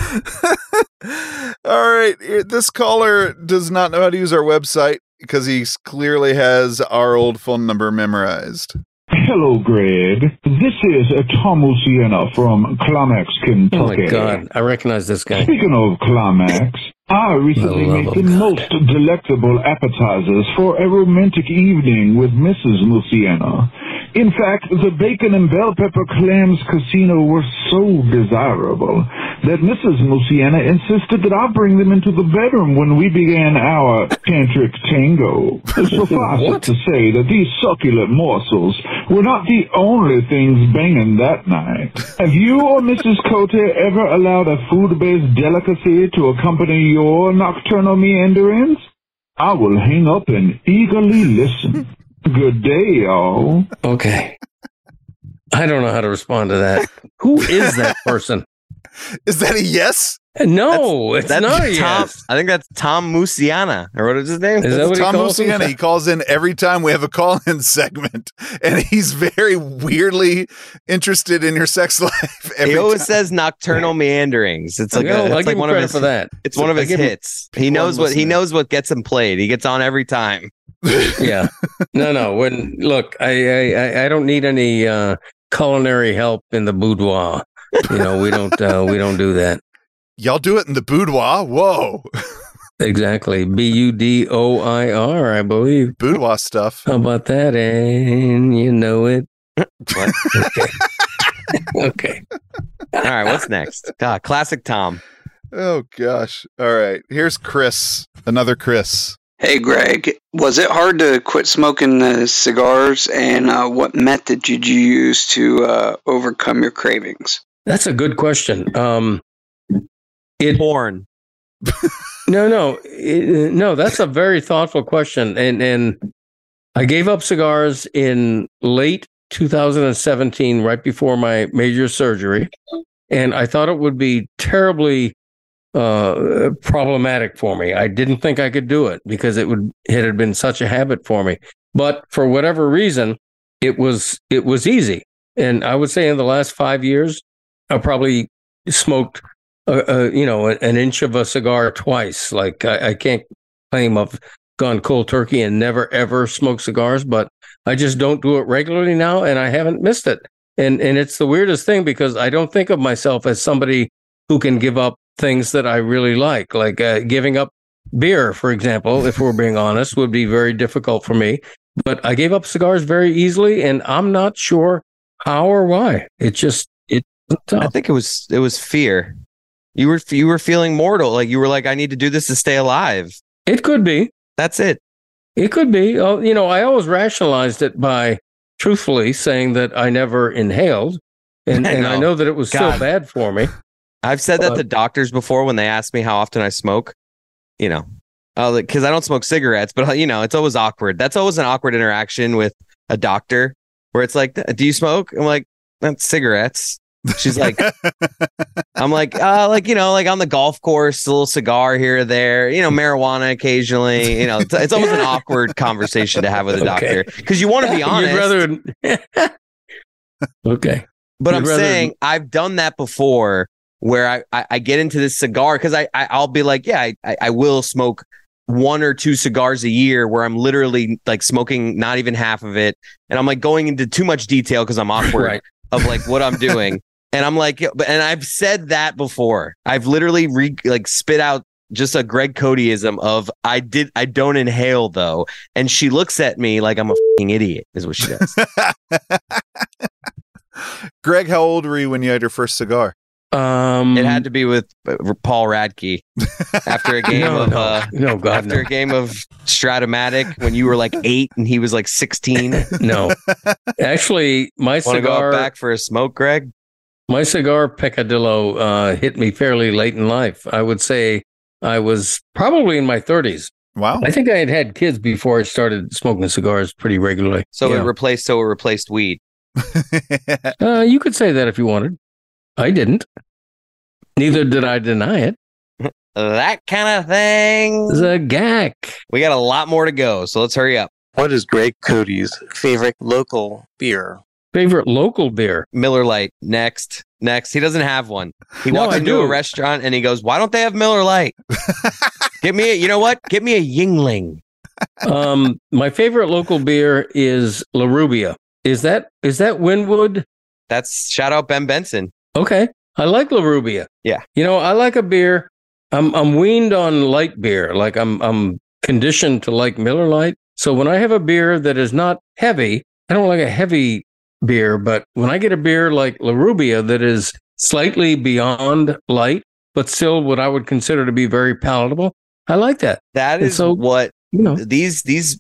S3: All right. here- This caller does not know how to use our website because he clearly has our old phone number memorized.
S11: Hello, Greg. This is uh, Tom Luciana from Clamax, Kentucky.
S2: Oh my god, I recognize this guy.
S11: Speaking of Climax, I recently
S2: love
S11: made
S2: of
S11: the most delectable appetizers for a romantic evening with Mrs. Luciana. In fact, the bacon and bell pepper clams casino were so desirable that Mrs. Luciana insisted that I bring them into the bedroom when we began our tantric tango. Suffice it to say that these succulent morsels were not the only things banging that night. Have you or Mrs. Cote ever allowed a food-based delicacy to accompany your nocturnal meanderings? I will hang up and eagerly listen. Good day, all.
S2: Okay. I don't know how to respond to that. Who is that person?
S3: Is that a yes?
S2: No, it's
S1: That's
S2: not
S1: Tom.
S2: a yes.
S1: I think that's Tom Musiana. Or what is his name?
S2: Is that what he
S3: Tom
S2: calls
S3: Luciana, he
S2: himself?
S3: calls in every time we have a call in segment, and he's very weirdly interested in your sex life. Every
S1: he always
S3: time.
S1: says nocturnal meanderings. It's like,
S2: You
S1: a,
S2: know, I
S1: it's
S2: give
S1: like
S2: him
S1: one of
S2: credit
S1: his
S2: for that.
S1: It's one of
S2: I
S1: his
S2: give him-
S1: hits. He knows
S3: I'm
S1: what he
S3: listening.
S1: knows what gets him played. He gets on every time.
S2: yeah no no when look I, I I- i don't need any uh culinary help in the boudoir you know we don't uh we don't do that
S3: Y'all do it in the boudoir. Whoa,
S2: exactly b-u-d-o-i-r i believe
S3: boudoir stuff.
S2: how about that and you know it
S1: What?
S2: okay
S1: All right, what's next? God, classic Tom.
S3: Oh gosh. All right. Here's Chris. Another Chris.
S5: Hey, Greg, was it hard to quit smoking uh, cigars? And uh, what method did you use to uh, overcome your cravings?
S2: that's a good question um it
S1: Porn.
S2: No, no, eh, no. That's a very thoughtful question, and and I gave up cigars in late 2017, right before my major surgery, and I thought it would be terribly uh, problematic for me. I didn't think I could do it because it would it had been such a habit for me. But for whatever reason, it was it was easy, and I would say in the last five years, I probably smoked uh, uh, you know, an inch of a cigar twice. Like I, I can't claim I've gone cold turkey and never ever smoked cigars, but I just don't do it regularly now, and I haven't missed it. And and it's the weirdest thing because I don't think of myself as somebody who can give up things that I really like, like uh, giving up beer, for example. If we're being honest, would be very difficult for me. But I gave up cigars very easily, and I'm not sure how or why. It just it. Oh.
S1: I think it was it was fear. You were you were feeling mortal. Like you were like, I need to do this to stay alive.
S2: It could be.
S1: That's it.
S2: It could be. Oh, you know, I always rationalized it by truthfully saying that I never inhaled, and,
S1: I
S2: and I
S1: know.
S2: know that it was
S1: God.
S2: still bad for me.
S1: I've said that
S2: But-
S1: to doctors before when they ask me how often I smoke. You know, because I don't smoke cigarettes, but you know, it's always awkward. That's always an awkward interaction with a doctor where it's like, "Do you smoke?" I'm like, "Not cigarettes." She's like, "I'm like, uh, like you know, like on the golf course, a little cigar here or there, you know, marijuana occasionally. You know, it's, it's always an awkward conversation to have with a
S2: Okay.
S1: doctor because you want to be honest."
S2: You'd rather. okay.
S1: But
S2: You'd
S1: I'm
S2: rather-
S1: saying I've done that before where I, I, I get into this cigar because I, I I'll be like, yeah, I, I I will smoke one or two cigars a year where I'm literally like smoking not even half of it. And I'm like going into too much detail because I'm awkward
S2: Right.
S1: of like what I'm doing. and I'm like, yeah, but and I've said that before. I've literally re- like spit out just a Greg Codyism of I did I don't inhale though. And she looks at me like I'm a fing idiot, is what she does.
S3: Greg, how old were you when you had your first cigar?
S2: Um,
S1: It had to be with uh, Paul Radke after a game
S2: no,
S1: of
S2: no,
S1: uh,
S2: no, God,
S1: after a game of Stratomatic when you were like eight and he was like sixteen. Want
S2: no, no. Actually, my
S1: to go
S2: cigar,
S1: out back for a smoke, Greg?
S2: my cigar peccadillo uh, hit me fairly late in life. I would say I was probably in my 30s.
S3: Wow.
S2: I think I had had kids before I started smoking cigars pretty regularly.
S1: So
S2: Yeah.
S1: it replaced. So it replaced weed.
S2: Uh, you could say that if you wanted. I didn't. Neither did I deny it.
S1: that kind of thing.
S2: Zagak.
S1: We got a lot more to go, so let's hurry up.
S12: What is Greg Cody's favorite local beer?
S2: Favorite local beer?
S1: Miller Lite. Next. Next. He doesn't have one. He
S2: No,
S1: walks
S2: I
S1: into
S2: do.
S1: a restaurant and he goes, Why don't they have Miller Lite? Get me a, you know what? Get me a Yingling.
S2: um, my favorite local beer is La Rubia. Is that is that Winwood?
S1: That's shout out Ben Benson.
S2: Okay, I like La Rubia.
S1: Yeah.
S2: you know I like a beer. I'm I'm weaned on light beer. Like I'm I'm conditioned to like Miller Lite. So when I have a beer that is not heavy, I don't like a heavy beer. But when I get a beer like La Rubia that is slightly beyond light, but still what I would consider to be very palatable, I like that.
S1: That
S2: And
S1: is
S2: so,
S1: what
S2: you know.
S1: these these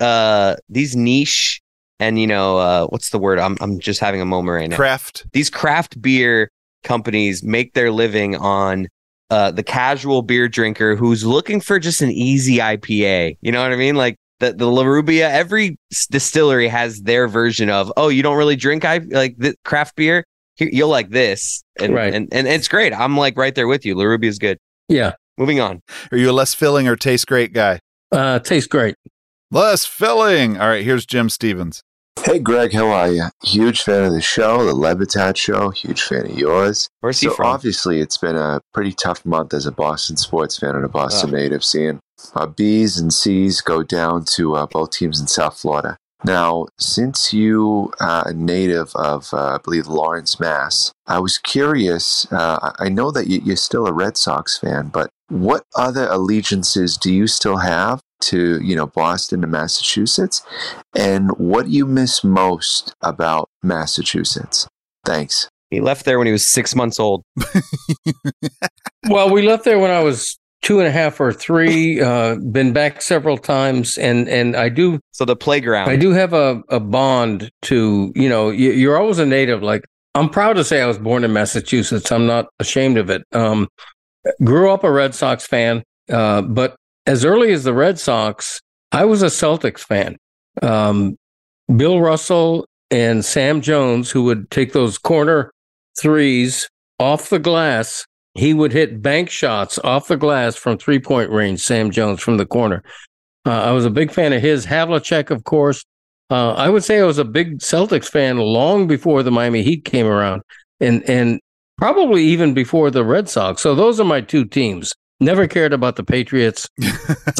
S1: uh these niche and you know uh what's the word? I'm I'm just having a moment right now.
S3: Craft.
S1: These craft beer companies make their living on uh the casual beer drinker who's looking for just an easy IPA. You know what I mean? Like the the La Rubia, every s- distillery has their version of, "Oh, you don't really drink I like the craft beer? Here, you'll like this." And,
S2: Right.
S1: and and it's great. I'm like right there with you. La Rubia's good.
S2: Yeah,
S1: Moving on.
S3: Are you a less filling or taste great guy?
S2: uh, tastes great.
S3: Less filling. All right, here's Jim Stevens.
S12: Hey, Greg, how are you? Huge fan of the show, the Levitat show. Huge fan of yours.
S1: Where's he
S12: so
S1: from?
S12: obviously, it's been a pretty tough month as a Boston sports fan and a Boston
S1: Ah.
S12: native, seeing uh, B's and C's go down to uh, both teams in South Florida. Now, since you uh, a native of, uh, I believe, Lawrence, Mass, I was curious. Uh, I I know that you- you're still a Red Sox fan, but what other allegiances do you still have to, you know, Boston and Massachusetts? And what do you miss most about Massachusetts? Thanks.
S1: He left there when he was six months old.
S2: Well, we left there when I was two and a half or three. Uh, been back several times, and and I do
S1: So the playground.
S2: I do have a, a bond to you know you, you're always a native. Like I'm proud to say I was born in Massachusetts. I'm not ashamed of it. Um, grew up a Red Sox fan, uh, but as early as the Red Sox, I was a Celtics fan. Um, Bill Russell and Sam Jones, who would take those corner threes off the glass. He would hit bank shots off the glass from three point range, Sam Jones from the corner. Uh, I was a big fan of his. Havlicek, of course. Uh, I would say I was a big Celtics fan long before the Miami Heat came around and, and probably even before the Red Sox. So those are my two teams. Never cared about the Patriots.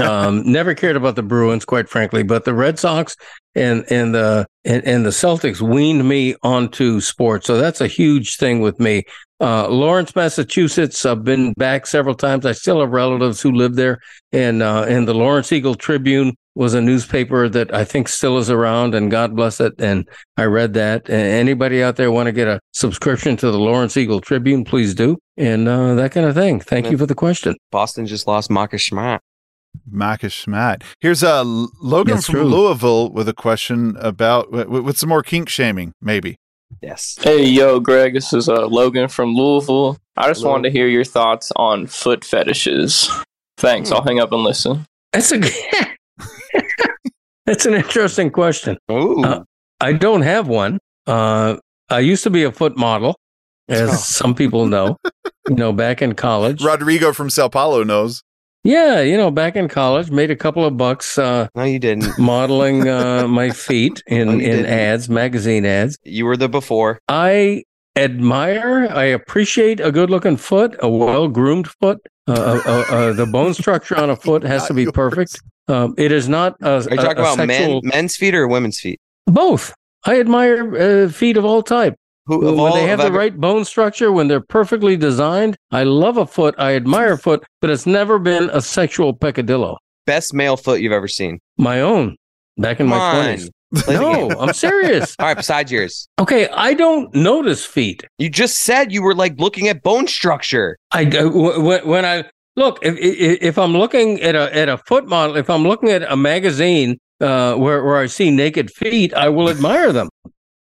S2: um, never cared about the Bruins, quite frankly, but the Red Sox and and the and, and the Celtics weaned me onto sports. So that's a huge thing with me. Uh, Lawrence, Massachusetts. I've been back several times. I still have relatives who live there, and uh, and the Lawrence Eagle Tribune was a newspaper that I think still is around, and God bless it. And I read that. And anybody out there want to get a subscription to the Lawrence Eagle Tribune, please do, and uh, that kind of thing. Thank you for the question.
S1: Boston just lost Marcus Smart.
S3: Marcus Schmatt. Here's uh, L- Logan
S2: That's
S3: from
S2: true.
S3: Louisville with a question about w- w- with some more kink shaming, maybe.
S1: Yes.
S13: Hey, yo, Greg. This is uh, Logan from Louisville. I just wanted to hear your thoughts on foot fetishes. Thanks. I'll hang up and listen.
S2: That's a that's an interesting question.
S1: Ooh.
S2: Uh, I don't have one. Uh, I used to be a foot model, as
S3: Oh.
S2: some people know. you know, back in college.
S3: Rodrigo from Sao Paulo knows.
S2: Yeah, you know, back in college, made a couple of bucks uh,
S1: No, you didn't.
S2: modeling uh, my feet in
S1: No, Oh, you
S2: in
S1: didn't.
S2: ads, magazine ads.
S1: You were the before.
S2: I admire, I appreciate a good looking foot, a well groomed foot. Uh, uh, uh, uh, the bone structure on a foot has to be perfect. Um, it is not a,
S1: Are you
S2: a-
S1: talking
S2: a
S1: about men,
S2: sexual-
S1: men's feet or women's feet?
S2: Both. I admire uh, feet of all type.
S1: Who
S2: When
S1: of all
S2: they have
S1: of
S2: the
S1: ever-
S2: right bone structure, when they're perfectly designed, I love a foot. I admire a foot, but it's never been a sexual peccadillo.
S1: best male foot you've ever seen?
S2: My own, back in my
S1: Mine.
S2: twenties.
S1: Play the
S2: No,
S1: game.
S2: I'm serious.
S1: All right, besides yours.
S2: Okay, I don't notice feet.
S1: You just said you were like looking at bone structure.
S2: I do- w- w- when I look if, if if I'm looking at a at a foot model, if I'm looking at a magazine uh, where where I see naked feet, I will admire them.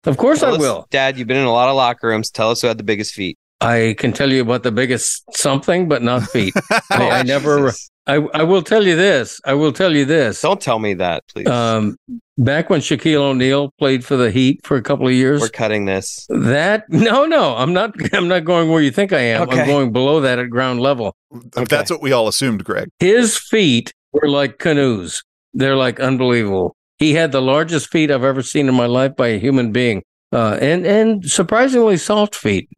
S2: Of course,
S1: Tell
S2: I
S1: us-
S2: will.
S1: Dad, you've been in a lot of locker rooms. Tell us who had the biggest feet.
S2: Oh, I can tell you about the biggest something, but not feet. I, I never,
S1: Oh, Jesus.
S2: I, I will tell you this. I will tell you this.
S1: Don't tell me that, please.
S2: Um, back when Shaquille O'Neal played for the Heat for a couple of years,
S1: We're cutting this.
S2: that no, no, I'm not. I'm not going where you think I am.
S1: Okay.
S2: I'm going below that at ground level.
S3: That's what we all assumed, Greg.
S2: His feet were like canoes. They're like unbelievable. He had the largest feet I've ever seen in my life by a human being, uh, and and surprisingly soft feet.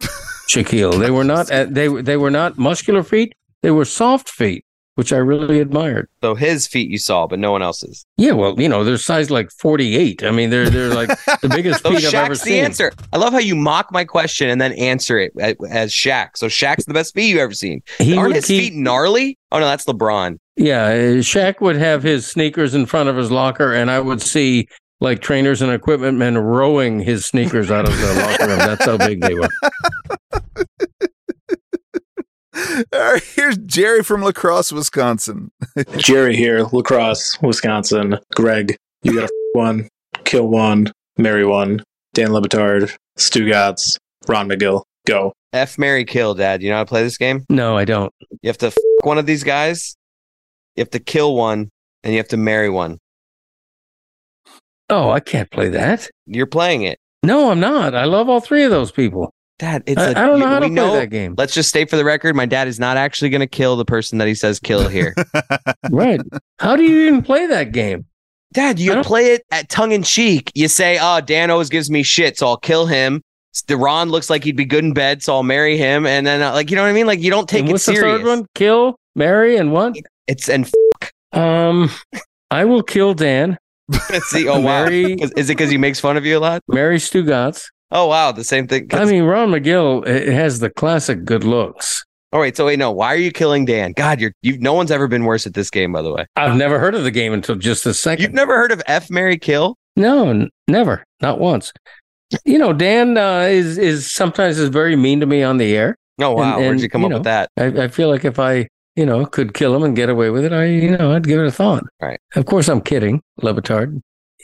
S2: Shaquille, they were not. uh, They they were not muscular feet. They were soft feet, which I really admired.
S1: So his feet you saw, but no one else's.
S2: Yeah, well, you know, they're size like 48. I mean, they're they're like the biggest
S1: So
S2: feet I've ever
S1: Shaq's the
S2: seen.
S1: answer. I love how you mock my question and then answer it a- as Shaq. So Shaq's the best feet you've ever seen.
S2: He
S1: Aren't
S2: would
S1: his
S2: keep-
S1: feet gnarly? Oh no, that's LeBron.
S2: Yeah, uh, Shaq would have his sneakers in front of his locker, and I would see like trainers and equipment men rowing his sneakers out of the locker room. That's how big they were.
S3: All right, here's Jerry from Lacrosse, Wisconsin.
S14: Jerry here, Lacrosse, Wisconsin. Greg, you got one, kill one, marry one. Dan Lebitard, Stu Gatz, Ron McGill. Go.
S1: F Mary Kill, Dad. You know how to play this game?
S2: No, I don't.
S1: You have to f- one of these guys. You have to kill one, and you have to marry one.
S2: Oh, I can't play that.
S1: You're playing it,
S2: No, I'm not. I love all three of those people.
S1: Dad. It's
S2: I,
S1: a-
S2: I don't know how
S1: we
S2: to play that game.
S1: Let's just state for the record, my dad is not actually going to kill the person that he says kill here.
S2: right? How do you even play that game?
S1: Dad, you play it at tongue in cheek. You say, "Oh, Dan always gives me shit, so I'll kill him." Ron looks like he'd be good in bed, so I'll marry him. And then, uh, like, you know what I mean? Like, you don't take
S2: And
S1: it
S2: what's
S1: serious.
S2: the third one? Kill, marry, and what?
S1: It's and
S2: Um, I will kill Dan.
S1: See, oh wow,
S2: Marry-
S1: 'Cause- is it because he makes fun of you a lot?
S2: Marry Stu Gatz.
S1: Oh wow, the same thing. 'cause-
S2: I mean, Ron McGill uh, has the classic good looks.
S1: all right, so oh, wait, no, why are you killing Dan? God, you're you. No one's ever been worse at this game, by the way.
S2: I've never heard of the game until just this second.
S1: You've never heard of F Mary Kill?
S2: No, n- never, not once. You know, Dan uh, is is sometimes is very mean to me on the air.
S1: Oh, wow. Where'd you come up
S2: know,
S1: with that?
S2: I, I feel like if I you know could kill him and get away with it, I you know I'd give it a thought.
S1: Right.
S2: Of course, I'm kidding, Levitard.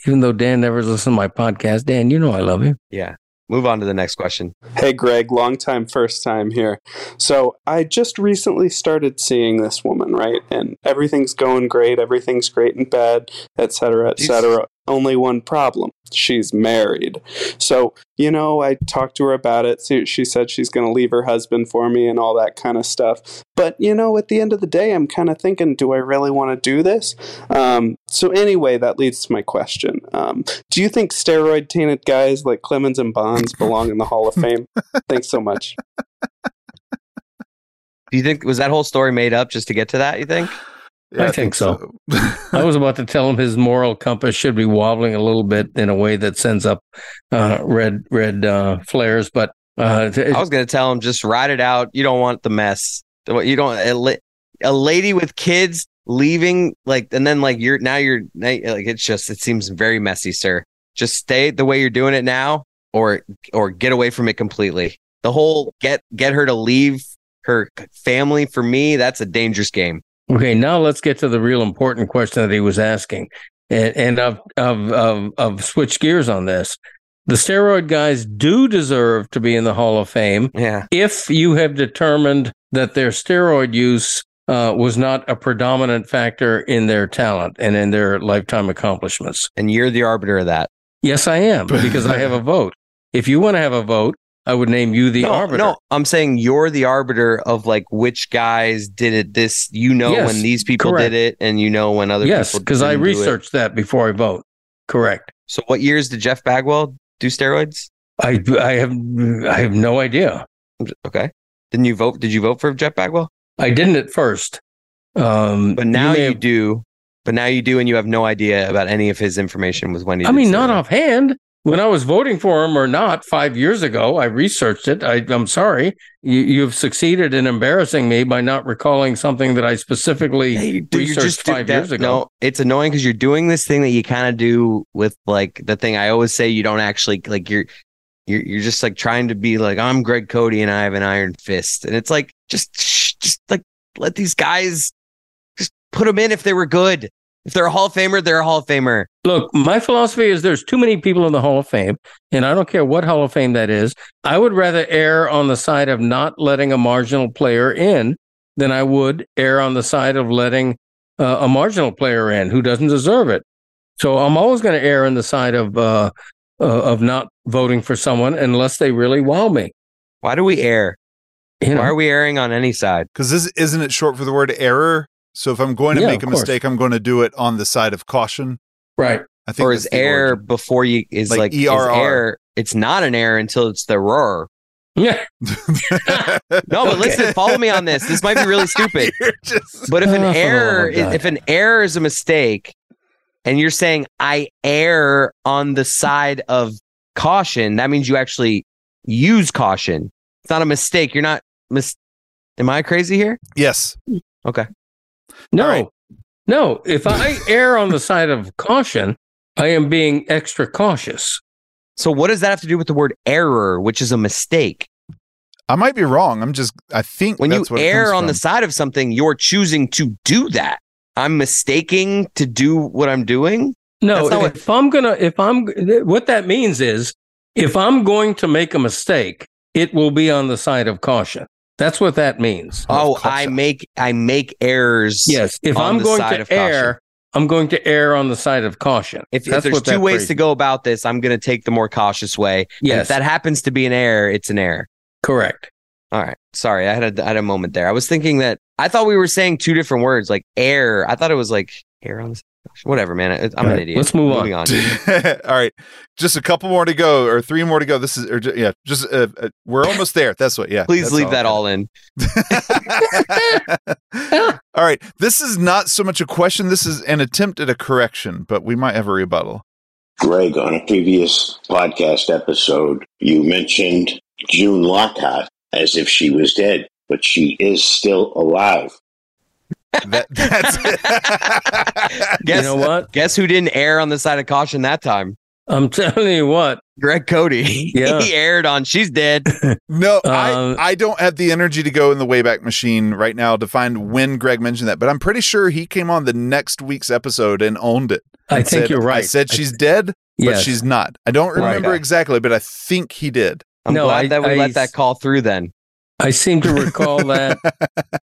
S2: Even though Dan never listens to my podcast, Dan, you know I love him.
S1: Yeah. Move on to the next question.
S15: Hey, Greg, long time, first time here. So, I just recently started seeing this woman, right? And everything's going great, everything's great in bed, et cetera, et cetera. Only one problem she's married. So, you know, I talked to her about it. So she said she's going to leave her husband for me and all that kind of stuff. But, you know, at the end of the day, I'm kind of thinking, do I really want to do this? Um, so, anyway, that leads to my question um, Do you think steroid tainted guys like Clemens and Bonds belong in the Hall of Fame? Thanks so much.
S1: Do you think was that whole story made up just to get to that? You think?
S2: I, think, so. I was about to tell him his moral compass should be wobbling a little bit in a way that sends up uh, red red uh, flares, but uh,
S1: I was going to tell him just ride it out. You don't want the mess. The way- You don't a, la- a lady with kids leaving like and then like you're now you're now- like it's just it seems very messy, sir. Just stay the way you're doing it now or or get away from it completely. The whole get get her to leave her family for me, that's a dangerous game.
S2: Okay, now let's get to the real important question that he was asking, and, and I've, I've, I've, I've switched gears on this. The steroid guys do deserve to be in the Hall of Fame.
S1: Yeah.
S2: If you have determined that their steroid use uh, was not a predominant factor in their talent and in their lifetime accomplishments.
S1: And you're the arbiter of that.
S2: Yes, I am, because I have a vote. If you want to have a vote, I would name you the
S1: no,
S2: arbiter.
S1: no, I'm saying you're the arbiter of like which guys did it this you know
S2: Yes,
S1: when these people
S2: correct.
S1: did it and you know when other
S2: yes,
S1: people
S2: because I
S1: didn't do it.
S2: researched that before I vote. Correct.
S1: So what years did Jeff Bagwell do steroids?
S2: I I have I have no idea.
S1: Okay. Didn't you vote? Did you vote for Jeff Bagwell?
S2: I didn't at first. Um,
S1: but now
S2: may
S1: you,
S2: have-
S1: do. But now you do, and you have no idea about any of his information was when he.
S2: I
S1: did
S2: mean,
S1: steroids.
S2: not offhand. When I was voting for him or not five years ago, I researched it. I, I'm sorry. You, you've succeeded in embarrassing me by not recalling something that I specifically
S1: Dude, you
S2: researched
S1: just do
S2: five
S1: that-
S2: years ago.
S1: No, it's annoying because you're doing this thing that you kind of do with like the thing I always say you don't actually like you're you're you're just like trying to be like I'm Greg Cody and I have an iron fist and it's like just shh, just like let these guys just put them in if they were good if they're a Hall of Famer they're a Hall of Famer
S2: Look, my philosophy is there's too many people in the Hall of Fame, and I don't care what Hall of Fame that is. I would rather err on the side of not letting a marginal player in then I would err on the side of letting uh, a marginal player in who doesn't deserve it. So I'm always going to err on the side of uh, uh, of not voting for someone unless they really wow me.
S1: Why do we err? Why are we erring on any side?
S3: Because this isn't it short for the word error. So if I'm going to
S1: Yeah,
S3: make a
S1: of course.
S3: mistake, I'm going to do it on the side of caution.
S2: Right.
S3: I think
S1: or is
S3: that's the
S1: air
S3: origin.
S1: before you is
S3: Like E
S1: like, is
S3: ERR.
S1: air. It's not an air until it's the roar.
S2: Yeah.
S1: no, but listen, follow me on this. This might be really stupid. But if an
S2: Oh,
S1: error,
S2: my God.
S1: if an error is a mistake, and you're saying I err on the side of caution, that means you actually use caution. It's not a mistake. You're not mis. Am I crazy here?
S3: Yes.
S1: Okay.
S2: No, no. If I err on the side of caution, I am being extra cautious.
S1: So what does that have to do with the word error, which is a mistake?
S3: I might be wrong. I'm just. I think
S1: when
S3: that's
S1: you
S3: what it
S1: err
S3: comes
S1: on the
S3: from.
S1: side of something, you're choosing to do that. I'm mistaking to do what I'm doing.
S2: No,
S1: That's not
S2: if I'm gonna, if I'm, what that means is, if I'm going to make a mistake, it will be on the side of caution. That's what that means.
S1: Oh, I make I make errors.
S2: Yes, if
S1: on
S2: I'm
S1: the
S2: going
S1: side
S2: to
S1: of caution.
S2: err, I'm going to err on the side of caution.
S1: If, if there's two ways to go about this, I'm going to take the more cautious way. And
S2: Yes.
S1: if that happens to be an error, it's an error.
S2: Correct.
S1: All right. Sorry, I had a, I had a moment there. I was thinking that I thought we were saying two different words, like error. I thought it was like err on the side of caution. Whatever, man. I- I'm
S3: All
S1: an
S3: right,
S1: idiot.
S3: let's move on.
S1: Moving on.
S3: All right, just a couple more to go, or three more to go. This is, or, ju- yeah, just uh, uh, we're almost there. That's what. Yeah.
S1: Please
S3: that's
S1: leave that all in.
S3: All right. This is not so much a question. This is an attempt at a correction, but we might have a rebuttal.
S16: Greg, on a previous podcast episode, you mentioned June Lockhart as if she was dead, but she is still alive.
S1: Guess, you know what? Guess who didn't err on the side of caution that time?
S2: I'm telling you what,
S1: Greg Cody.
S2: Yeah.
S1: he erred on. She's dead.
S3: No, I, I don't have the energy to go in the Wayback Machine right now to find when Greg mentioned that, but I'm pretty sure he came on the next week's episode and owned it.
S2: I
S3: and
S2: think
S3: said-
S2: you're right.
S3: I said
S2: I-
S3: she's dead, but
S2: Yes.
S3: she's not. I don't
S2: Right.
S3: remember exactly, but I think he did.
S1: I'm
S2: No,
S1: glad
S2: I-
S1: that we
S2: I-
S1: let that call through then.
S2: I seem to recall that.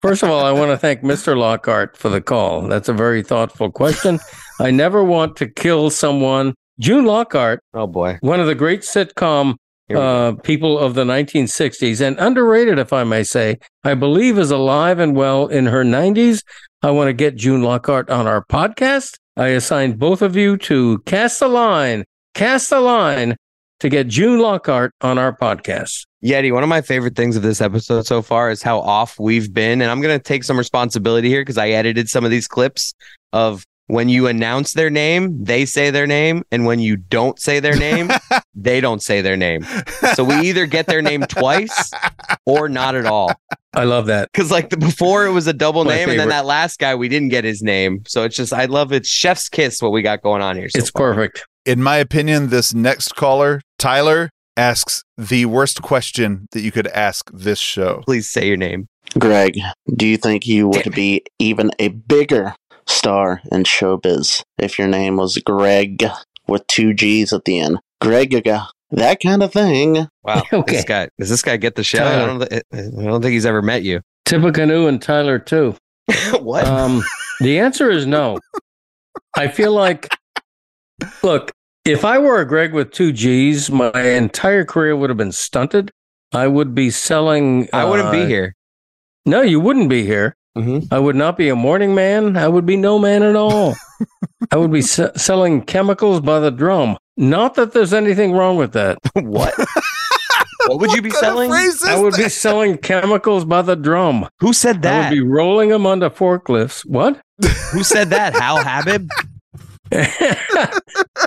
S2: First of all, I want to thank Mr. Lockhart for the call. That's a very thoughtful question. I never want to kill someone. June Lockhart.
S1: Oh, boy.
S2: One of the great sitcom
S1: Here we
S2: uh, people of the 1960s and underrated, if I may say, I believe is alive and well in her 90s. I want to get June Lockhart on our podcast. I assign both of you to cast a line, cast a line to get June Lockhart on our podcast.
S1: Yeti, one of my favorite things of this episode so far is how off we've been. And I'm going to take some responsibility here because I edited some of these clips of when you announce their name, they say their name. And when you don't say their name, they don't say their name. So we either get their name twice or not at all.
S2: I love that.
S1: Because, like, the, before it was a double
S2: My
S1: name. And then
S2: favorite.
S1: that last guy, we didn't get his name. So it's just, I love it. Chef's kiss, what we got going on here. So
S2: It's perfect.
S3: In my opinion, this next caller, Tyler, asks the worst question that you could ask this show.
S1: Please say your name.
S17: Greg, do you think you would be even a bigger star in showbiz if your name was Greg with two G's at the end? Greg, that kind of thing.
S1: Wow. This guy, does this guy get the show? I don't, thi- I don't think he's ever met you.
S2: Tippecanoe and Tyler too.
S1: what?
S2: Um, the answer is no. I feel like, look, if I were a Greg with two G's, my entire career would have been stunted. I would be selling.
S1: I wouldn't be
S2: uh,
S1: here. Mm-hmm.
S2: No, you wouldn't be here. I would not be a morning man. I would be no man at all. I would be se- selling chemicals by the drum. Not that there's anything wrong with that.
S1: what? What would you be selling?
S2: I would be selling chemicals by the drum.
S1: Who said
S2: I
S1: that?
S2: would be rolling them onto forklifts. What?
S1: Who said that? Hal Habib?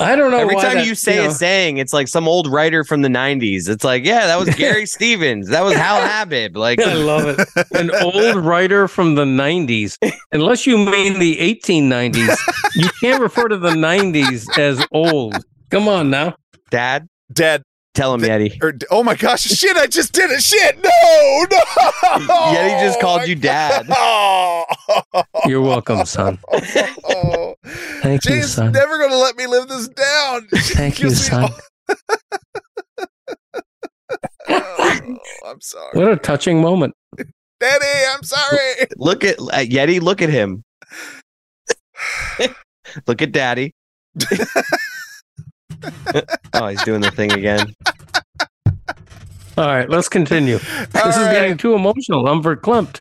S2: I don't know.
S1: Every
S2: why
S1: time
S2: that-
S1: you say
S2: know.
S1: a saying, it's like some old writer from the 90s. It's like, yeah, that was Gary Stevens. That was Hal Habib. Like,
S2: I love it. An old writer from the 90s. Unless you mean the 1890s, you can't refer to the 90s as old. Come on now.
S1: Dad.
S3: Dad.
S1: Tell him, Yeti.
S3: Or, oh my gosh, shit, I just did it. Shit, no, no. Oh.
S1: Yeti just called you dad.
S2: You're welcome, son. Thank you,
S3: James
S2: son.
S3: never going to let me live this down.
S2: Thank you, son.
S3: I'm sorry.
S2: What a touching moment.
S3: Oh, Daddy, I'm sorry.
S1: Look at, at Yeti. Look at him. look at Daddy. oh, he's doing the thing again.
S2: All right, let's continue. this is getting too emotional. I'm verklempt.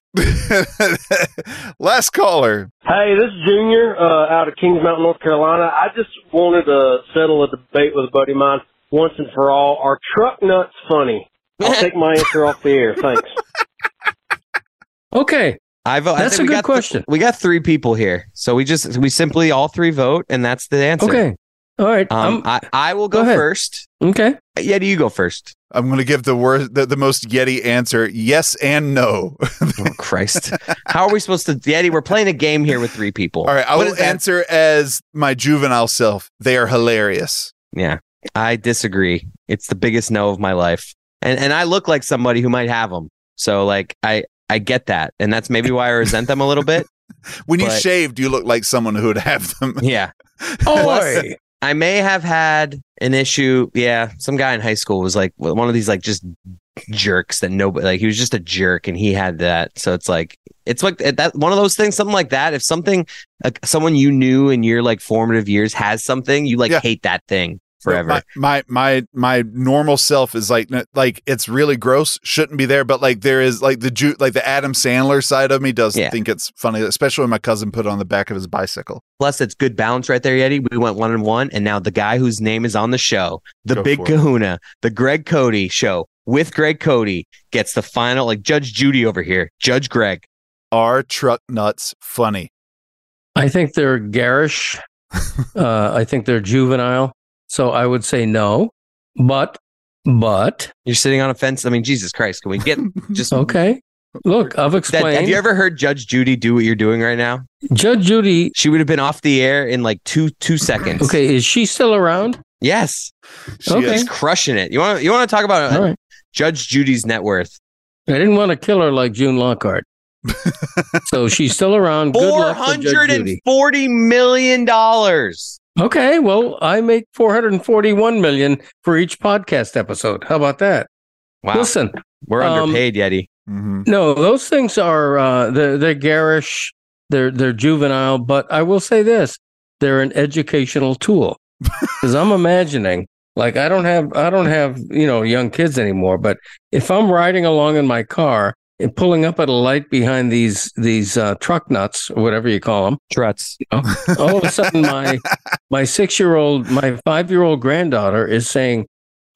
S3: Last caller.
S18: Hey, this is Junior uh, out of Kings Mountain, North Carolina. I just wanted to settle a debate with a buddy of mine once and for all. Are truck nuts funny? I'll take my answer off the air. Thanks.
S2: Okay.
S1: I vote.
S2: That's
S1: I
S2: a
S1: we
S2: good
S1: got th-
S2: question.
S1: we got three people here, so we just we simply all three vote, and that's the answer.
S2: Okay. All right.
S1: Um, I I will go, first.
S2: Okay.
S1: Yeti, you go first.
S3: I'm going to give the worst, the, the most Yeti answer: yes and no.
S1: oh, Christ! How are we supposed to? Yeti, we're playing a game here with three people.
S3: All right, I
S1: What
S3: will
S1: is that?
S3: answer as my juvenile self. They are hilarious.
S1: Yeah, I disagree. It's the biggest no of my life, and and I look like somebody who might have them. So like I I get that, and that's maybe why I resent them a little bit.
S3: When you
S1: But-
S3: shaved, you look like someone who would have them.
S1: Yeah.
S2: Oh,
S1: Plus, I may have had an issue. Yeah, some guy in high school was like one of these like just jerks that nobody like he was just a jerk and he had that. So it's like it's like that one of those things, something like that. If something like someone you knew in your like formative years has something, you like hate that thing forever.
S3: My, my my my normal self is like n- like it's really gross, shouldn't be there, but like there is like the Ju- like the Adam Sandler side of me does
S1: Yeah.
S3: think it's funny, especially when my cousin put it on the back of his bicycle.
S1: Plus, it's good balance right there, Yeti. We went one and one, and now the guy whose name is on the show, the
S3: Go
S1: Big
S3: for it.
S1: Kahuna, the Greg Cody show with Greg Cody, gets the final. Like Judge Judy over here, Judge Greg.
S3: Are truck nuts funny?
S2: I think they're garish. uh, I think they're juvenile. So I would say no. But, but
S1: you're sitting on a fence. I mean, Jesus Christ, can we get just
S2: okay? Look, I've
S1: Dad,
S2: explained.
S1: have you ever heard Judge Judy do what you're doing right now?
S2: Judge Judy,
S1: she would have been off the air in like two two seconds.
S2: Okay, is she still around?
S1: Yes,
S2: She Okay. is.
S1: she's crushing it. You want you want to talk about uh,
S2: All right.
S1: Judge Judy's net worth?
S2: I didn't want to kill her like June Lockhart. so she's still around. Good
S1: Four
S2: luck to Judge
S1: hundred and
S2: Judy.
S1: forty million dollars.
S2: Okay, well, I make 441 million for each podcast episode. How about that?
S1: Wow.
S2: Listen,
S1: We're
S2: um,
S1: underpaid, Yeti.
S3: Mm-hmm.
S2: No, those things are uh, they're, they're garish, they're they're juvenile. But I will say this: they're an educational tool. Because I'm imagining, like I don't have I don't have you know young kids anymore. But if I'm riding along in my car and pulling up at a light behind these these uh, truck nuts or whatever you call them,
S1: trucks,
S2: all of a sudden my my six year old my five year old granddaughter is saying,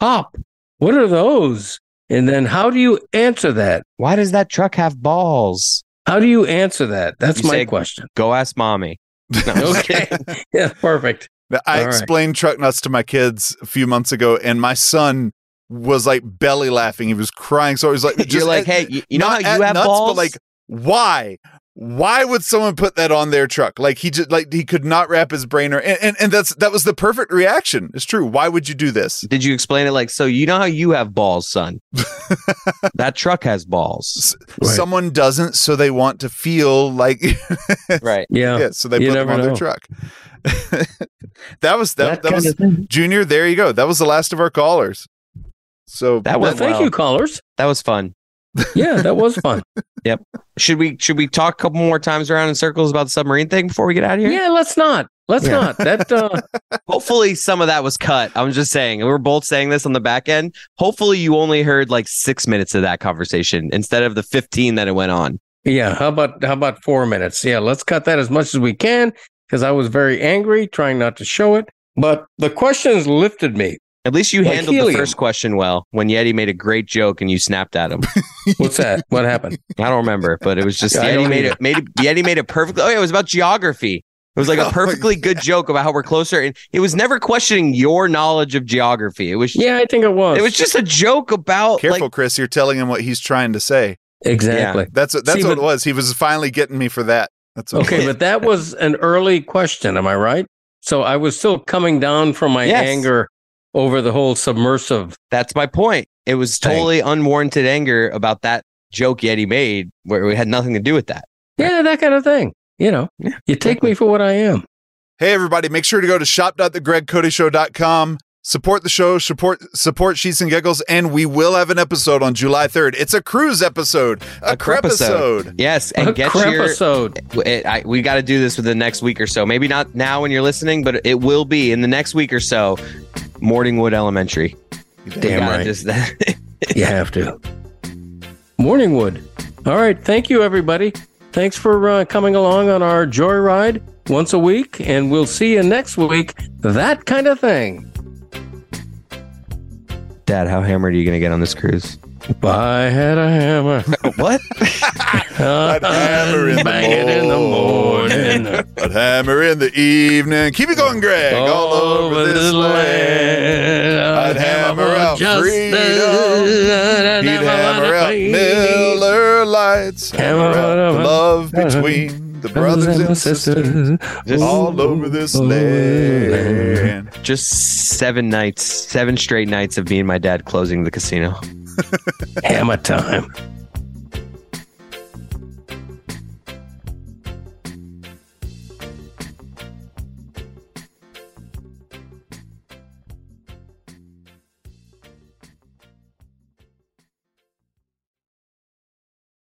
S2: "Pop, what are those?" And then how do you answer that?
S1: Why does that truck have balls?
S2: How do you answer that? That's
S1: You
S2: my
S1: say,
S2: question.
S1: Go ask mommy.
S2: okay. yeah, perfect.
S3: I
S2: All right.
S3: explained truck nuts to my kids a few months ago, and my son was like belly laughing. He was crying. So I was like,
S1: You're
S3: just
S1: like,
S3: at-
S1: "Hey, you- you know
S3: not
S1: how you
S3: at
S1: have balls?"
S3: but like, why? Why would someone put that on their truck? Like he just like he could not wrap his brain or and, and, and that's that was the perfect reaction. It's true. Why would you do this?
S1: Did you explain it like so? You know how you have balls, son. that truck has balls.
S3: Someone doesn't, so they want to feel like
S1: right.
S2: Yeah.
S3: so they
S2: You
S3: put them
S2: never
S3: on their
S2: know.
S3: truck. that was
S2: That
S3: that, that,
S2: kind
S3: was
S2: of thing.
S3: Junior, there you go. That was the last of our callers. So
S1: That
S2: Well,
S1: went
S2: thank
S1: well.
S2: you, callers.
S1: That was fun.
S2: Yeah, that was fun.
S1: Yep. Should we should we talk a couple more times around in circles about the submarine thing before we get out of here?
S2: Yeah, let's not. Let's
S1: Yeah.
S2: not. That uh,
S1: Hopefully some of that was cut. I'm just saying. We're both saying this on the back end. Hopefully you only heard like six minutes of that conversation instead of the 15 that it went on.
S2: yeah, how about how about 4 minutes? Yeah, let's cut that as much as we can cuz I was very angry trying not to show it, but the questions lifted me.
S1: At least you
S2: Like
S1: handled the
S2: helium.
S1: first question well when Yeti made a great joke and you snapped at him.
S2: What's that? What happened?
S1: I don't remember, but it was just
S2: I
S1: Yeti
S2: don't
S1: made
S2: either.
S1: it made it, Yeti made it perfectly. Oh, yeah, it was about geography. It was like
S2: Oh
S1: a perfectly good joke about how we're closer, and it was never questioning your knowledge of geography. It was
S2: Yeah, I think it was.
S1: It was just a joke about
S3: Careful, Chris. You're telling him what he's trying to say.
S2: Exactly. Yeah.
S3: That's what that's
S2: See,
S3: what
S2: but-
S3: it was. He was finally getting me for that. That's what it
S2: Okay,
S3: was.
S2: but that was an early question, am I right? So I was still coming down from my
S1: Yes.
S2: anger over the whole submersive.
S1: That's my point. It was totally unwarranted anger about that joke Yeti made, where it had nothing to do with that.
S2: Yeah, that kind of thing. You know, you take me for what I am.
S3: Hey everybody, make sure to go to shop.thegregcodyshow.com. Support the show, support support Sheets and Giggles, and we will have an episode on July 3rd. It's a cruise episode, a, crepisode.
S1: Yes, and get your it, I, we got to do this within the next week or so. Maybe not now when you're listening, but it will be in the next week or so. Morningwood Elementary.
S2: Damn
S1: They gotta
S2: right.
S1: just-
S2: you have to. Morningwood. All right. Thank you, everybody. Thanks for uh, coming along on our joyride once a week, and we'll see you next week. That kind of thing.
S1: Dad, how hammered are you going to get on this cruise?
S2: I had a hammer.
S1: what?
S2: I'd
S3: hammer in the
S2: bang it in the morning.
S3: I'd hammer in the evening. Keep it going, Greg. All, over, this land. I'd hammer out freedom. He'd hammer out Miller Lights. Hammer out the love between the brothers and sisters. All over this land.
S1: Just seven nights, seven straight nights of me and my dad closing the casino.
S2: Hammer time.